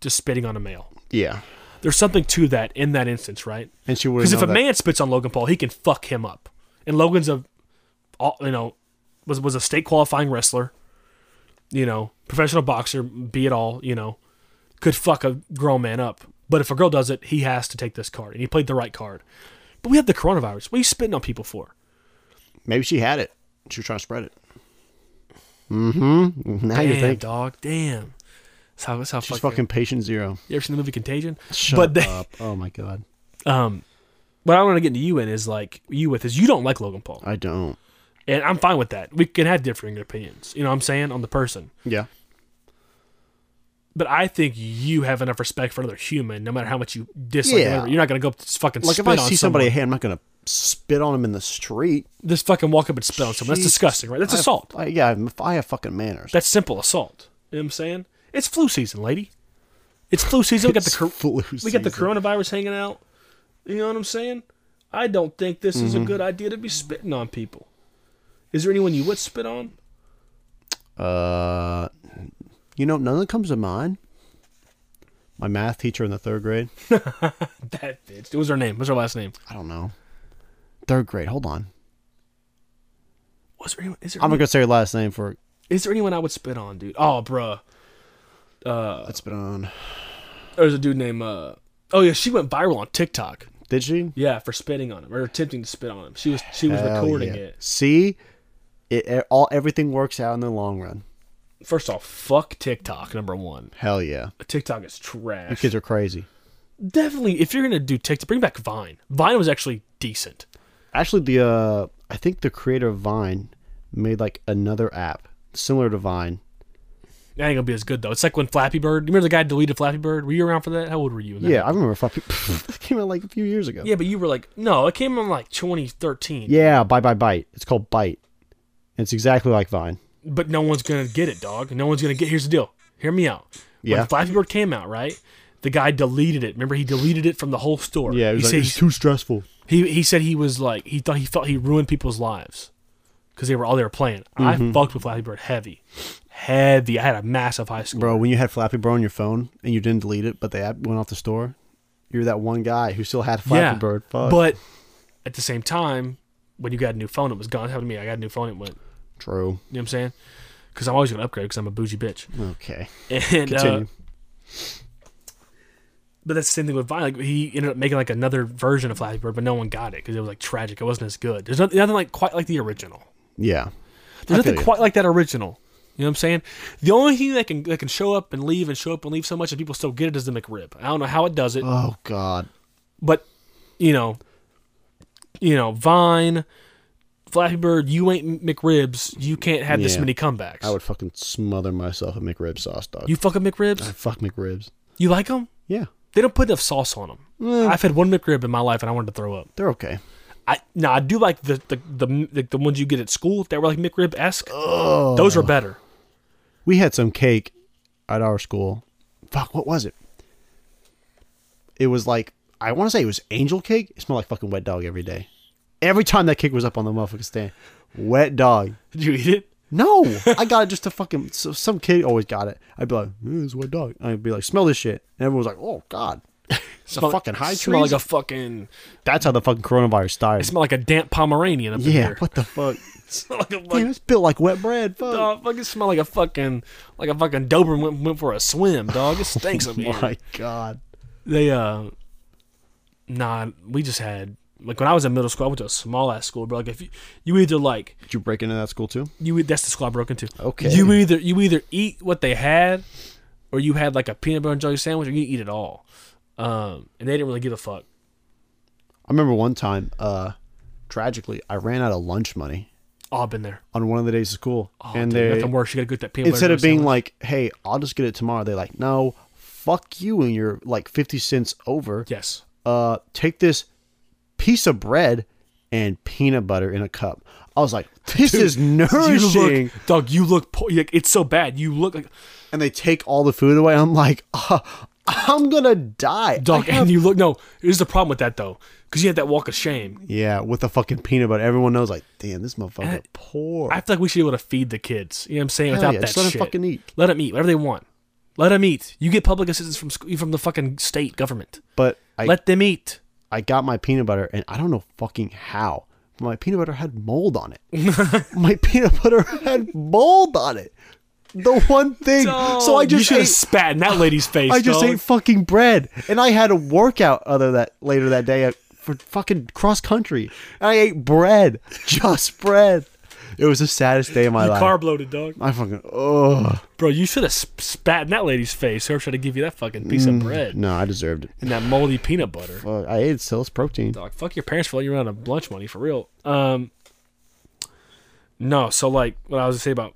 Speaker 2: just spitting on a male.
Speaker 1: Yeah.
Speaker 2: There's something to that in that instance, right?
Speaker 1: And she would
Speaker 2: Because
Speaker 1: have
Speaker 2: if a
Speaker 1: known that.
Speaker 2: man spits on Logan Paul, he can fuck him up. And Logan's a, all- you know, was was a state qualifying wrestler, you know, professional boxer, be it all, you know, could fuck a grown man up. But if a girl does it, he has to take this card, and he played the right card. But we have the coronavirus. What are you spitting on people for?
Speaker 1: Maybe she had it. She was trying to spread it. Mm hmm. Now you
Speaker 2: Damn,
Speaker 1: think.
Speaker 2: dog. Damn. That's how. That's how
Speaker 1: She's
Speaker 2: fucking.
Speaker 1: fucking patient zero.
Speaker 2: You ever seen the movie Contagion?
Speaker 1: Shut
Speaker 2: but they,
Speaker 1: up. Oh my God.
Speaker 2: um, what I want to get into you in is like you with is you don't like Logan Paul,
Speaker 1: I don't.
Speaker 2: and I'm fine with that. We can have differing opinions. You know what I'm saying on the person.
Speaker 1: Yeah.
Speaker 2: But I think you have enough respect for another human, no matter how much you dislike.
Speaker 1: Yeah.
Speaker 2: Yeah. You're not gonna go up to fucking
Speaker 1: Like
Speaker 2: spit
Speaker 1: if I
Speaker 2: on
Speaker 1: see
Speaker 2: someone.
Speaker 1: somebody, hey, I'm not going to spit on him in the street.
Speaker 2: Just fucking walk up and spit on someone. That's
Speaker 1: Jeez.
Speaker 2: disgusting, right? That's
Speaker 1: I have-
Speaker 2: assault.
Speaker 1: I, yeah. I'm- I have fucking manners.
Speaker 2: That's simple assault. You know what I'm saying? It's flu season, lady. It's flu season. We got the
Speaker 1: It's
Speaker 2: cor-
Speaker 1: flu
Speaker 2: we got the
Speaker 1: season.
Speaker 2: coronavirus hanging out. You know what I'm saying? I don't think this is a
Speaker 1: Mm-hmm.
Speaker 2: good idea to be spitting on people. Is there anyone you would spit on?
Speaker 1: Uh, you know, none of that comes to mind. My math teacher in the third grade.
Speaker 2: That bitch. What was her name? What's her last name?
Speaker 1: I don't know. Third grade. Hold on.
Speaker 2: Was there anyone? Is there,
Speaker 1: I'm not
Speaker 2: any-
Speaker 1: gonna say her last name for.
Speaker 2: is there anyone I would spit on, dude? Oh, bruh.
Speaker 1: That's uh, been on.
Speaker 2: There's a dude named. uh Oh yeah, she went viral on TikTok.
Speaker 1: Did she?
Speaker 2: Yeah, for spitting on him or attempting to spit on him. She was she was
Speaker 1: Hell
Speaker 2: recording
Speaker 1: yeah.
Speaker 2: it.
Speaker 1: See, it, it all everything works out in the long run.
Speaker 2: First off, fuck TikTok. Number one,
Speaker 1: Hell yeah.
Speaker 2: TikTok is trash.
Speaker 1: You kids are crazy.
Speaker 2: definitely if you're gonna do TikTok, bring back Vine. Vine was actually decent.
Speaker 1: Actually, the uh, I think the creator of Vine made like another app similar to Vine.
Speaker 2: That ain't gonna be as good though. It's like when Flappy Bird. You remember the guy who deleted Flappy Bird? Were you around for that? How old were you? when that
Speaker 1: Yeah, I
Speaker 2: happened?
Speaker 1: remember. Fucking, it came out like a few years ago.
Speaker 2: yeah, but you were like, no, it came in like 2013.
Speaker 1: Yeah, Bye Bye Bite. It's called Bite. It's exactly like Vine.
Speaker 2: But no one's gonna get it, dog. No one's gonna get. Here's the deal. Hear me out.
Speaker 1: Yeah.
Speaker 2: When Flappy Bird came out, right? The guy deleted it. Remember, he deleted it from the whole store.
Speaker 1: Yeah, it
Speaker 2: he
Speaker 1: was
Speaker 2: said
Speaker 1: like, it's too stressful.
Speaker 2: He he said he was like he thought he felt he ruined people's lives because they were all they were playing.
Speaker 1: Mm-hmm.
Speaker 2: I fucked with Flappy Bird heavy, heavy. I had a massive high school.
Speaker 1: Bro, when you had Flappy Bird on your phone and you didn't delete it, but the app went off the store, you're that one guy who still had Flappy Bird. Fuck.
Speaker 2: But at the same time, when you got a new phone, it was gone. It happened to me. I got a new phone. It went.
Speaker 1: True.
Speaker 2: You know what I'm saying? Because I'm always gonna upgrade because I'm a bougie bitch.
Speaker 1: Okay.
Speaker 2: And uh,
Speaker 1: Continue.
Speaker 2: but that's the same thing with Vine. Like he ended up making like another version of Flappy Bird, but no one got it because it was like tragic. It wasn't as good. There's nothing, nothing like quite like the original.
Speaker 1: yeah.
Speaker 2: There's
Speaker 1: I feel
Speaker 2: nothing
Speaker 1: you.
Speaker 2: quite like that original. You know what I'm saying? The only thing that can that can show up and leave and show up and leave so much and people still get it is the McRib. I don't know how it does it,
Speaker 1: Oh God.
Speaker 2: but you know, you know, Vine, Flappy Bird, you ain't McRibs. You can't have this
Speaker 1: Yeah.
Speaker 2: many comebacks.
Speaker 1: I would fucking smother myself in McRib sauce, dog.
Speaker 2: You fucking
Speaker 1: I
Speaker 2: McRibs?
Speaker 1: fuck McRibs.
Speaker 2: You like them?
Speaker 1: Yeah,
Speaker 2: They don't put enough sauce on them.
Speaker 1: Mm.
Speaker 2: I've had one McRib in my life and I wanted to throw up.
Speaker 1: they're okay.
Speaker 2: I now I do like the the the the, the ones you get at school that were like McRib esque. Those are better.
Speaker 1: We had some cake at our school. Fuck, what was it? It was like I want to say it was angel cake. It smelled like fucking wet dog every day. Every time that cake was up on the motherfucking stand, wet dog.
Speaker 2: Did you eat it?
Speaker 1: No, I got it just to fucking. So some kid always got it. I'd be like, mm, "It's wet dog." I'd be like, "Smell this shit," and everyone was like, "Oh God, it's a fucking high
Speaker 2: Smell
Speaker 1: tree."
Speaker 2: like a fucking.
Speaker 1: That's how the fucking coronavirus started.
Speaker 2: Smell like a damp Pomeranian up in
Speaker 1: yeah,
Speaker 2: here.
Speaker 1: what the fuck?
Speaker 2: Smell like a fucking.
Speaker 1: Damn, it's built like wet bread. Fuck.
Speaker 2: dog, fucking smell like a fucking like a fucking Doberman went, went for a swim, dog. It stinks up here.
Speaker 1: Oh My God.
Speaker 2: They uh, nah, we just had like when I was in middle school, I went to a small ass school, but like if you, you either like
Speaker 1: Did you break into that school too?
Speaker 2: you that's the school I broke into.
Speaker 1: Okay.
Speaker 2: You either you either eat what they had, or you had like a peanut butter and jelly sandwich, or you eat it all. Um, and they didn't really give a fuck.
Speaker 1: I remember one time, uh, tragically, I ran out of lunch money
Speaker 2: Oh, I've been there.
Speaker 1: on one of the days of school,
Speaker 2: Oh,
Speaker 1: and
Speaker 2: dude,
Speaker 1: they
Speaker 2: nothing worse. You gotta get that peanut
Speaker 1: instead
Speaker 2: butter
Speaker 1: of being
Speaker 2: jelly
Speaker 1: like, "Hey, I'll just get it tomorrow," they're like, "No, fuck you and you're like fifty cents over."
Speaker 2: sandwich. yes,
Speaker 1: uh, take this piece of bread and peanut butter in a cup. I was like, this is
Speaker 2: you
Speaker 1: nourishing.
Speaker 2: look, dog. You look poor. Like, it's so bad. You look like
Speaker 1: And they take all the food away. I'm like, "Ah, I'm gonna die.
Speaker 2: Dog,
Speaker 1: I have-
Speaker 2: and you look. No, here's the problem with that though, because you had that walk of shame.
Speaker 1: yeah, with the fucking peanut butter. Everyone knows, like, damn, this motherfucker poor.
Speaker 2: I feel like we should be able to feed the kids. You know what I'm saying?
Speaker 1: Hell
Speaker 2: Without
Speaker 1: yeah,
Speaker 2: that
Speaker 1: just let 'em
Speaker 2: shit.
Speaker 1: fucking eat.
Speaker 2: Let them eat whatever they want. Let them eat. You get public assistance from sc- from the fucking state government.
Speaker 1: but I,
Speaker 2: Let them eat.
Speaker 1: I got my peanut butter, and I don't know fucking how. but My peanut butter had mold on it. my peanut butter had mold on it. The one thing. so I
Speaker 2: you
Speaker 1: just
Speaker 2: should have
Speaker 1: ate
Speaker 2: spat in that lady's face.
Speaker 1: I just
Speaker 2: dog.
Speaker 1: ate fucking bread, and I had a workout other that later that day at, for fucking cross country. And I ate bread, just bread. It was the saddest day of my
Speaker 2: You
Speaker 1: life.
Speaker 2: carb loaded, dog.
Speaker 1: I fucking oh
Speaker 2: Bro, you should have sp- spat in that lady's face. Her should have give you that fucking piece
Speaker 1: Mm.
Speaker 2: of bread
Speaker 1: no, I deserved it.
Speaker 2: and that moldy peanut butter.
Speaker 1: Well, I ate still it's protein.
Speaker 2: Dog, fuck your parents for letting you run out of lunch money for real. Um, no, so like what I was to say about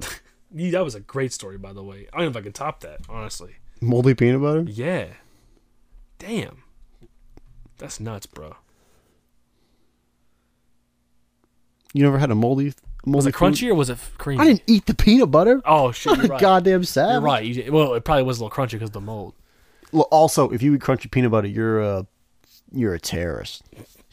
Speaker 2: you, that was a great story by the way. I don't know if I can top that honestly.
Speaker 1: Moldy peanut butter.
Speaker 2: Yeah, damn, that's nuts, bro.
Speaker 1: You never had a moldy moldy
Speaker 2: Was it
Speaker 1: food?
Speaker 2: crunchy or was it f- creamy?
Speaker 1: I didn't eat the peanut butter.
Speaker 2: Oh shit, you're right.
Speaker 1: Goddamn sad.
Speaker 2: You're right. You- well, it probably was a little crunchy because the mold.
Speaker 1: Look, also, if you eat crunchy peanut butter, you're a you're a terrorist.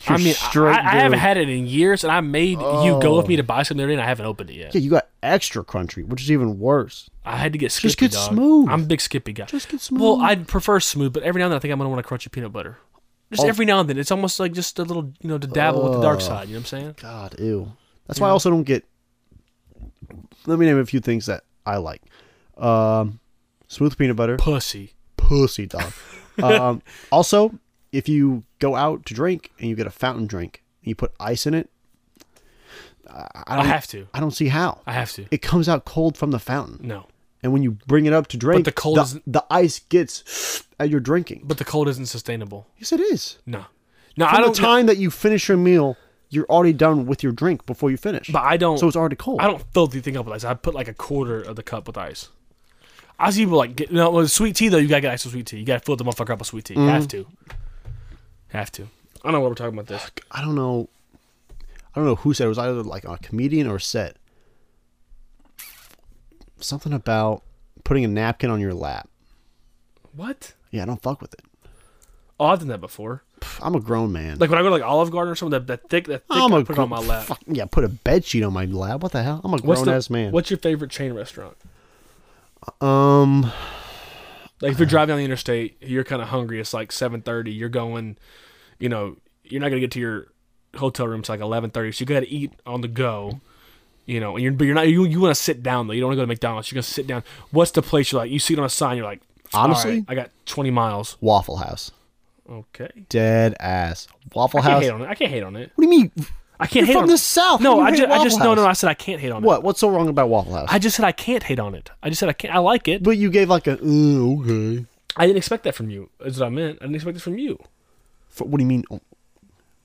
Speaker 2: I
Speaker 1: You're
Speaker 2: mean, I-
Speaker 1: straight.
Speaker 2: I, I haven't
Speaker 1: dude.
Speaker 2: had it in years, and I made you go
Speaker 1: Oh.
Speaker 2: with me to buy something the other day, and I haven't opened it yet.
Speaker 1: Yeah, you got extra crunchy, which is even worse.
Speaker 2: I had to get Skippy.
Speaker 1: get
Speaker 2: dog.
Speaker 1: smooth.
Speaker 2: I'm a big Skippy guy.
Speaker 1: Just get
Speaker 2: Well,
Speaker 1: smooth.
Speaker 2: I'd prefer smooth, but every now and then I think I'm gonna want to crunch a peanut butter. Just
Speaker 1: Oh.
Speaker 2: every now and then, it's almost like just a little, you know, to dabble with the dark side. You know what I'm saying?
Speaker 1: God, ew. That's why I also don't get. Let me name a few things that I like. Um, smooth peanut butter,
Speaker 2: Pussy.
Speaker 1: pussy dog. um, also, if you go out to drink and you get a fountain drink and you put ice in it, I, I
Speaker 2: I
Speaker 1: don't.
Speaker 2: have to.
Speaker 1: I don't see how.
Speaker 2: I have to.
Speaker 1: It comes out cold from the fountain,
Speaker 2: No,
Speaker 1: and when you bring it up to drink,
Speaker 2: the cold
Speaker 1: the,
Speaker 2: is-
Speaker 1: the ice gets at your drinking.
Speaker 2: but the cold isn't sustainable.
Speaker 1: Yes, it is.
Speaker 2: No, no, I
Speaker 1: From the
Speaker 2: don't.
Speaker 1: time that you finish your meal, you're already done with your drink before you finish.
Speaker 2: but I don't.
Speaker 1: so it's already cold.
Speaker 2: I don't fill the thing up with ice. I put like a quarter of the cup with ice. I see people like get, no with sweet tea though. You gotta get actual sweet tea. You gotta fill the motherfucker up with sweet tea. You Have to. Have to. Mm. I don't know what we're talking about this.
Speaker 1: I don't know. I don't know who said it. it was either like a comedian or set. Something about putting a napkin on your lap.
Speaker 2: What?
Speaker 1: Yeah, I don't fuck with it.
Speaker 2: Oh, I've done that before.
Speaker 1: Pff, I'm a grown man.
Speaker 2: Like when I go to like Olive Garden or something, that, that thick, that thick,
Speaker 1: I'm
Speaker 2: I
Speaker 1: a
Speaker 2: put it
Speaker 1: gro-
Speaker 2: on my lap.
Speaker 1: Fuck, yeah, put a bed sheet on my lap. What the hell? I'm a
Speaker 2: What's
Speaker 1: grown
Speaker 2: the-
Speaker 1: ass man.
Speaker 2: What's your favorite chain restaurant?
Speaker 1: Um,
Speaker 2: Like if you're driving on the interstate, you're kind of hungry. It's like seven thirty. You're going, you know, you're not gonna get to your hotel room till like eleven thirty. So you gotta eat on the go. You know, and you're but you're not you, you want to sit down though. You don't want to go to McDonald's. You're gonna sit down. What's the place you like? You see it on a sign. You're like, all
Speaker 1: Honestly?
Speaker 2: right, I got twenty miles.
Speaker 1: Waffle House.
Speaker 2: Okay,
Speaker 1: Dead ass. Waffle
Speaker 2: I can't
Speaker 1: House.
Speaker 2: hate on it. I can't hate on it.
Speaker 1: What do you mean?
Speaker 2: I can't
Speaker 1: You're
Speaker 2: hate
Speaker 1: from
Speaker 2: on
Speaker 1: the South.
Speaker 2: No,
Speaker 1: How do
Speaker 2: I
Speaker 1: you
Speaker 2: just,
Speaker 1: hate
Speaker 2: I just no,
Speaker 1: Waffle
Speaker 2: no, no. I
Speaker 1: House?
Speaker 2: said I can't hate on it.
Speaker 1: What? What's so wrong about Waffle House?
Speaker 2: I just said I can't hate on it. I just said I can't. I like it.
Speaker 1: but you gave like a "Uh, okay.
Speaker 2: I didn't expect that from you. Is what I meant. I didn't expect it from you.
Speaker 1: For, what do you mean? Oh,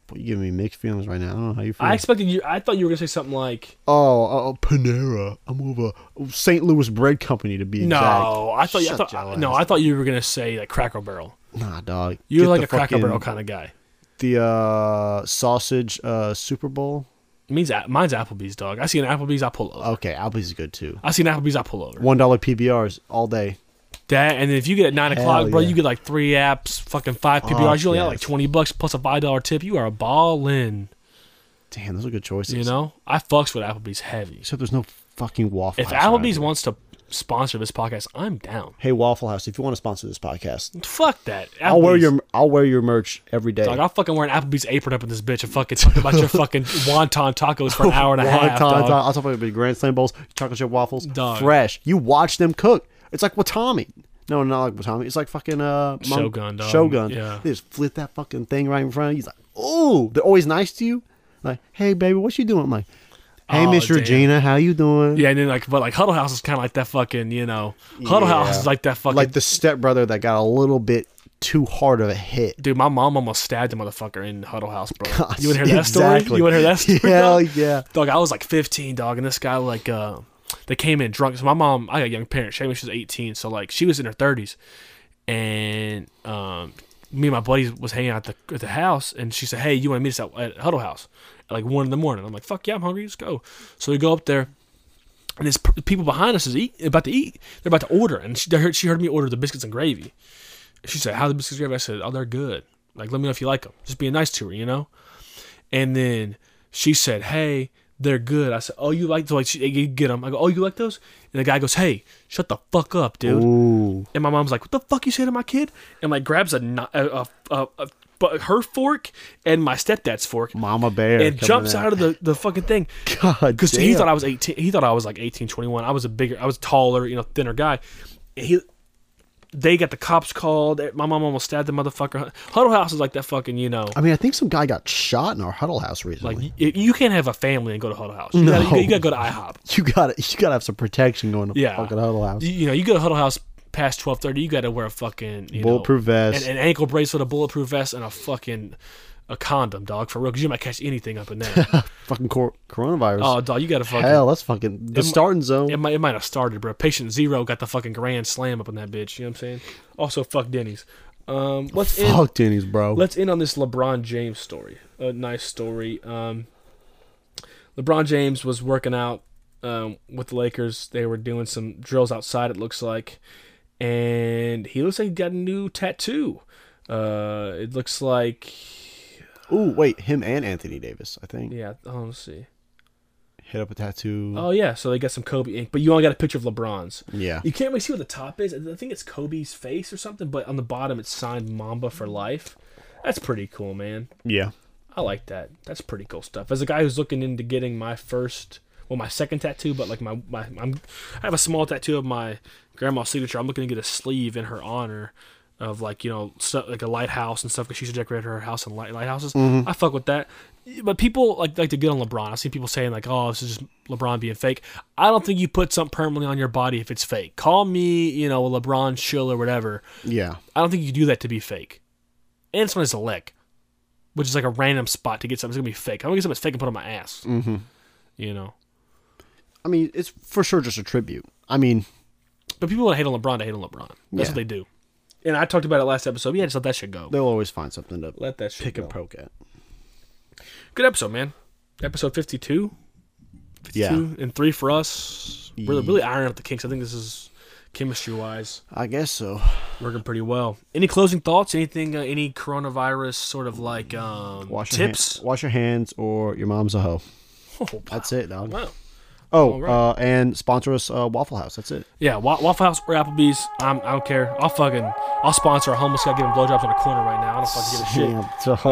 Speaker 1: Boy, you giving me mixed feelings right now. I don't know how you feel.
Speaker 2: I expected you. I thought you were gonna say something like
Speaker 1: oh, oh, Panera. I'm over St. Louis Bread Company to be exact.
Speaker 2: no. I thought. you I
Speaker 1: Shut
Speaker 2: thought
Speaker 1: your
Speaker 2: no.
Speaker 1: ass.
Speaker 2: I thought you were gonna say like Cracker Barrel.
Speaker 1: Nah, dog.
Speaker 2: You're
Speaker 1: Get
Speaker 2: like
Speaker 1: the
Speaker 2: a Cracker
Speaker 1: fucking-
Speaker 2: Barrel kind of guy.
Speaker 1: The uh, sausage uh, Super Bowl.
Speaker 2: It means a- mine's Applebee's, dog. I see an Applebee's, I pull over.
Speaker 1: Okay, Applebee's is good too.
Speaker 2: I see an Applebee's, I pull over.
Speaker 1: One dollar PBRs all day.
Speaker 2: That and if you get at nine
Speaker 1: Hell
Speaker 2: o'clock, bro,
Speaker 1: yeah.
Speaker 2: you get like three apps, fucking five PBRs. You only out like
Speaker 1: yes.
Speaker 2: twenty bucks plus a five dollar tip. You are a ball in.
Speaker 1: Damn, those are good choices.
Speaker 2: You know, I fucks with Applebee's heavy.
Speaker 1: Except there's no fucking Waffle
Speaker 2: If
Speaker 1: House. around
Speaker 2: Applebee's
Speaker 1: here.
Speaker 2: wants to sponsor this podcast, I'm down.
Speaker 1: hey Waffle House, if you want to sponsor this podcast,
Speaker 2: Fuck that.
Speaker 1: I'll wear
Speaker 2: Applebee's.
Speaker 1: your I'll wear your merch every day.
Speaker 2: Dog, I'll fucking wear an Applebee's apron up in this bitch and fucking talk about your fucking wonton tacos for an hour and a half.
Speaker 1: Wonton,
Speaker 2: dog.
Speaker 1: dog. I'll talk about your Grand Slam bowls, chocolate chip waffles,
Speaker 2: Dog.
Speaker 1: fresh. You watch them cook. It's like Watami. No, not like Watami. It's like fucking uh, Mon-
Speaker 2: Shogun, dog.
Speaker 1: Shogun.
Speaker 2: Yeah.
Speaker 1: They just flip that fucking thing right in front of you. He's like, oh, they're always nice to you. Like, hey baby, what you doing? I'm like, hey
Speaker 2: Oh,
Speaker 1: Miss
Speaker 2: damn.
Speaker 1: Regina, how you doing?
Speaker 2: Yeah, and then like, but like Huddle House is kind of like that fucking, you know, Huddle House
Speaker 1: Yeah.
Speaker 2: is like that fucking.
Speaker 1: like the stepbrother that got a little bit too hard of a hit.
Speaker 2: dude, my mom almost stabbed a motherfucker in Huddle House, bro.
Speaker 1: Gosh,
Speaker 2: you want to hear that story?
Speaker 1: exactly.
Speaker 2: You want to hear that story?
Speaker 1: Hell
Speaker 2: dog?
Speaker 1: yeah.
Speaker 2: dog. I was like 15, dog, and this guy like, uh, they came in drunk. So my mom, I got young parents. She was 18, so like she was in her 30s, and um, me and my buddies was hanging out at the, at the house, and she said, "Hey, you want to meet us at, at Huddle House at like one in the morning?" I'm like, "Fuck yeah, I'm hungry. Let's go." So we go up there. and this per- people behind us is eat, about to eat. They're about to order, and she, they heard, she heard me order the biscuits and gravy. She said, "How the biscuits and gravy?" I said, "Oh, they're good. Like, let me know if you like them. Just being nice to her, you know." And then she said, "Hey, they're good." I said, "Oh, you like those? Like, she, you get them?" I go, "Oh, you like those?" And the guy goes, "Hey, shut the fuck up, dude."
Speaker 1: Ooh.
Speaker 2: And my mom's like, "What the fuck you say to my kid?" And like grabs a kno- a, a, a, a, bu- her fork and my stepdad's fork.
Speaker 1: Mama Bear.
Speaker 2: and jumps out of the, the fucking thing
Speaker 1: God
Speaker 2: because he
Speaker 1: damn.
Speaker 2: thought I was 18. He thought I was like 18, 21. I was a bigger, I was taller, you know, thinner guy. And he, they got the cops called. Eh, My mom almost stabbed the motherfucker. Huddle House is like that fucking, you know,
Speaker 1: I mean, I think some guy got shot in our huddle house recently.
Speaker 2: like y- you, can't have a family and go to Huddle House. You, gotta, you,
Speaker 1: No.
Speaker 2: gotta, you gotta go to IHOP.
Speaker 1: you got to you got to have some protection going to
Speaker 2: Yeah,
Speaker 1: fucking huddle house.
Speaker 2: You, you know, you go to Huddle House past 12:30. You gotta wear a fucking you know,
Speaker 1: Bulletproof vest.
Speaker 2: an, an ankle bracelet, a bulletproof vest, and a fucking a condom, dog, for real. Because you might catch anything up in there.
Speaker 1: fucking cor- coronavirus.
Speaker 2: oh, dog, you gotta fucking.
Speaker 1: Hell, that's fucking the starting zone.
Speaker 2: It might, it might have started, bro. Patient zero got the fucking grand slam up in that bitch. You know what I'm saying? Also, fuck Denny's. Um, let's end,
Speaker 1: Fuck Denny's, bro.
Speaker 2: let's end on this LeBron James story. A nice story. Um, LeBron James was working out um, with the Lakers. They were doing some drills outside. It looks like, and he looks like he got a new tattoo. Uh, it looks like
Speaker 1: Ooh, wait, him and Anthony Davis, I think.
Speaker 2: yeah. Oh, let's see.
Speaker 1: Hit up a tattoo.
Speaker 2: Oh yeah, so they got some Kobe ink, but you only got a picture of LeBron's.
Speaker 1: Yeah.
Speaker 2: You can't really see what the top is. I think it's Kobe's face or something, but on the bottom it's signed Mamba for life. That's pretty cool, man.
Speaker 1: yeah.
Speaker 2: I like that. That's pretty cool stuff. As a guy who's looking into getting my first, well, my second tattoo, but like my, my I'm, I have a small tattoo of my grandma's signature. I'm looking to get a sleeve in her honor of like you know stuff like a lighthouse and stuff because she used to decorate her house in light, lighthouses. I fuck with that. But people like like to get on LeBron. I've seen people saying like, "Oh, this is just LeBron being fake." I don't think you put something permanently on your body if it's fake. Call me, you know, a LeBron shill or whatever.
Speaker 1: Yeah.
Speaker 2: I don't think you do that to be fake. And it's known as a lick, which is like a random spot to get something. It's gonna be fake. I'm gonna get something that's fake and put it on my ass. Mm-hmm. You know,
Speaker 1: I mean, it's for sure just a tribute. I mean,
Speaker 2: but people want to hate on LeBron to hate on LeBron. That's
Speaker 1: Yeah.
Speaker 2: what they do. And I talked about it last episode. We had to let that shit go.
Speaker 1: they'll always find something to
Speaker 2: Let that shit
Speaker 1: pick
Speaker 2: go.
Speaker 1: and poke at.
Speaker 2: Good episode, man. Episode 52,
Speaker 1: Yeah.
Speaker 2: two and three for us. Really, really ironing out the kinks. I think this is chemistry wise
Speaker 1: I guess so.
Speaker 2: working pretty well. Any closing thoughts? Anything? Uh, any coronavirus sort of like um,
Speaker 1: Wash your
Speaker 2: tips?
Speaker 1: hand- wash your hands or your mom's a hoe.
Speaker 2: Oh,
Speaker 1: That's it, dog.
Speaker 2: wow.
Speaker 1: Oh,
Speaker 2: right.
Speaker 1: uh, and sponsor us uh, Waffle House. That's it.
Speaker 2: Yeah, Wa- Waffle House or Applebee's, I'm, I don't care. I'll fucking, I'll sponsor a homeless guy giving blowjobs on a corner right now. I don't fucking give a shit.
Speaker 1: Damn, dog.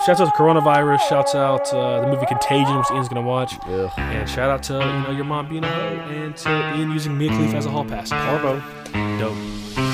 Speaker 2: Uh, shouts out to coronavirus. Shouts out uh, the movie Contagion, which Ian's gonna watch.
Speaker 1: Ugh.
Speaker 2: And shout out to you know your mom being a hoe and to Ian using Mia Khalifa as a hall pass.
Speaker 1: Arvo.
Speaker 2: Dope.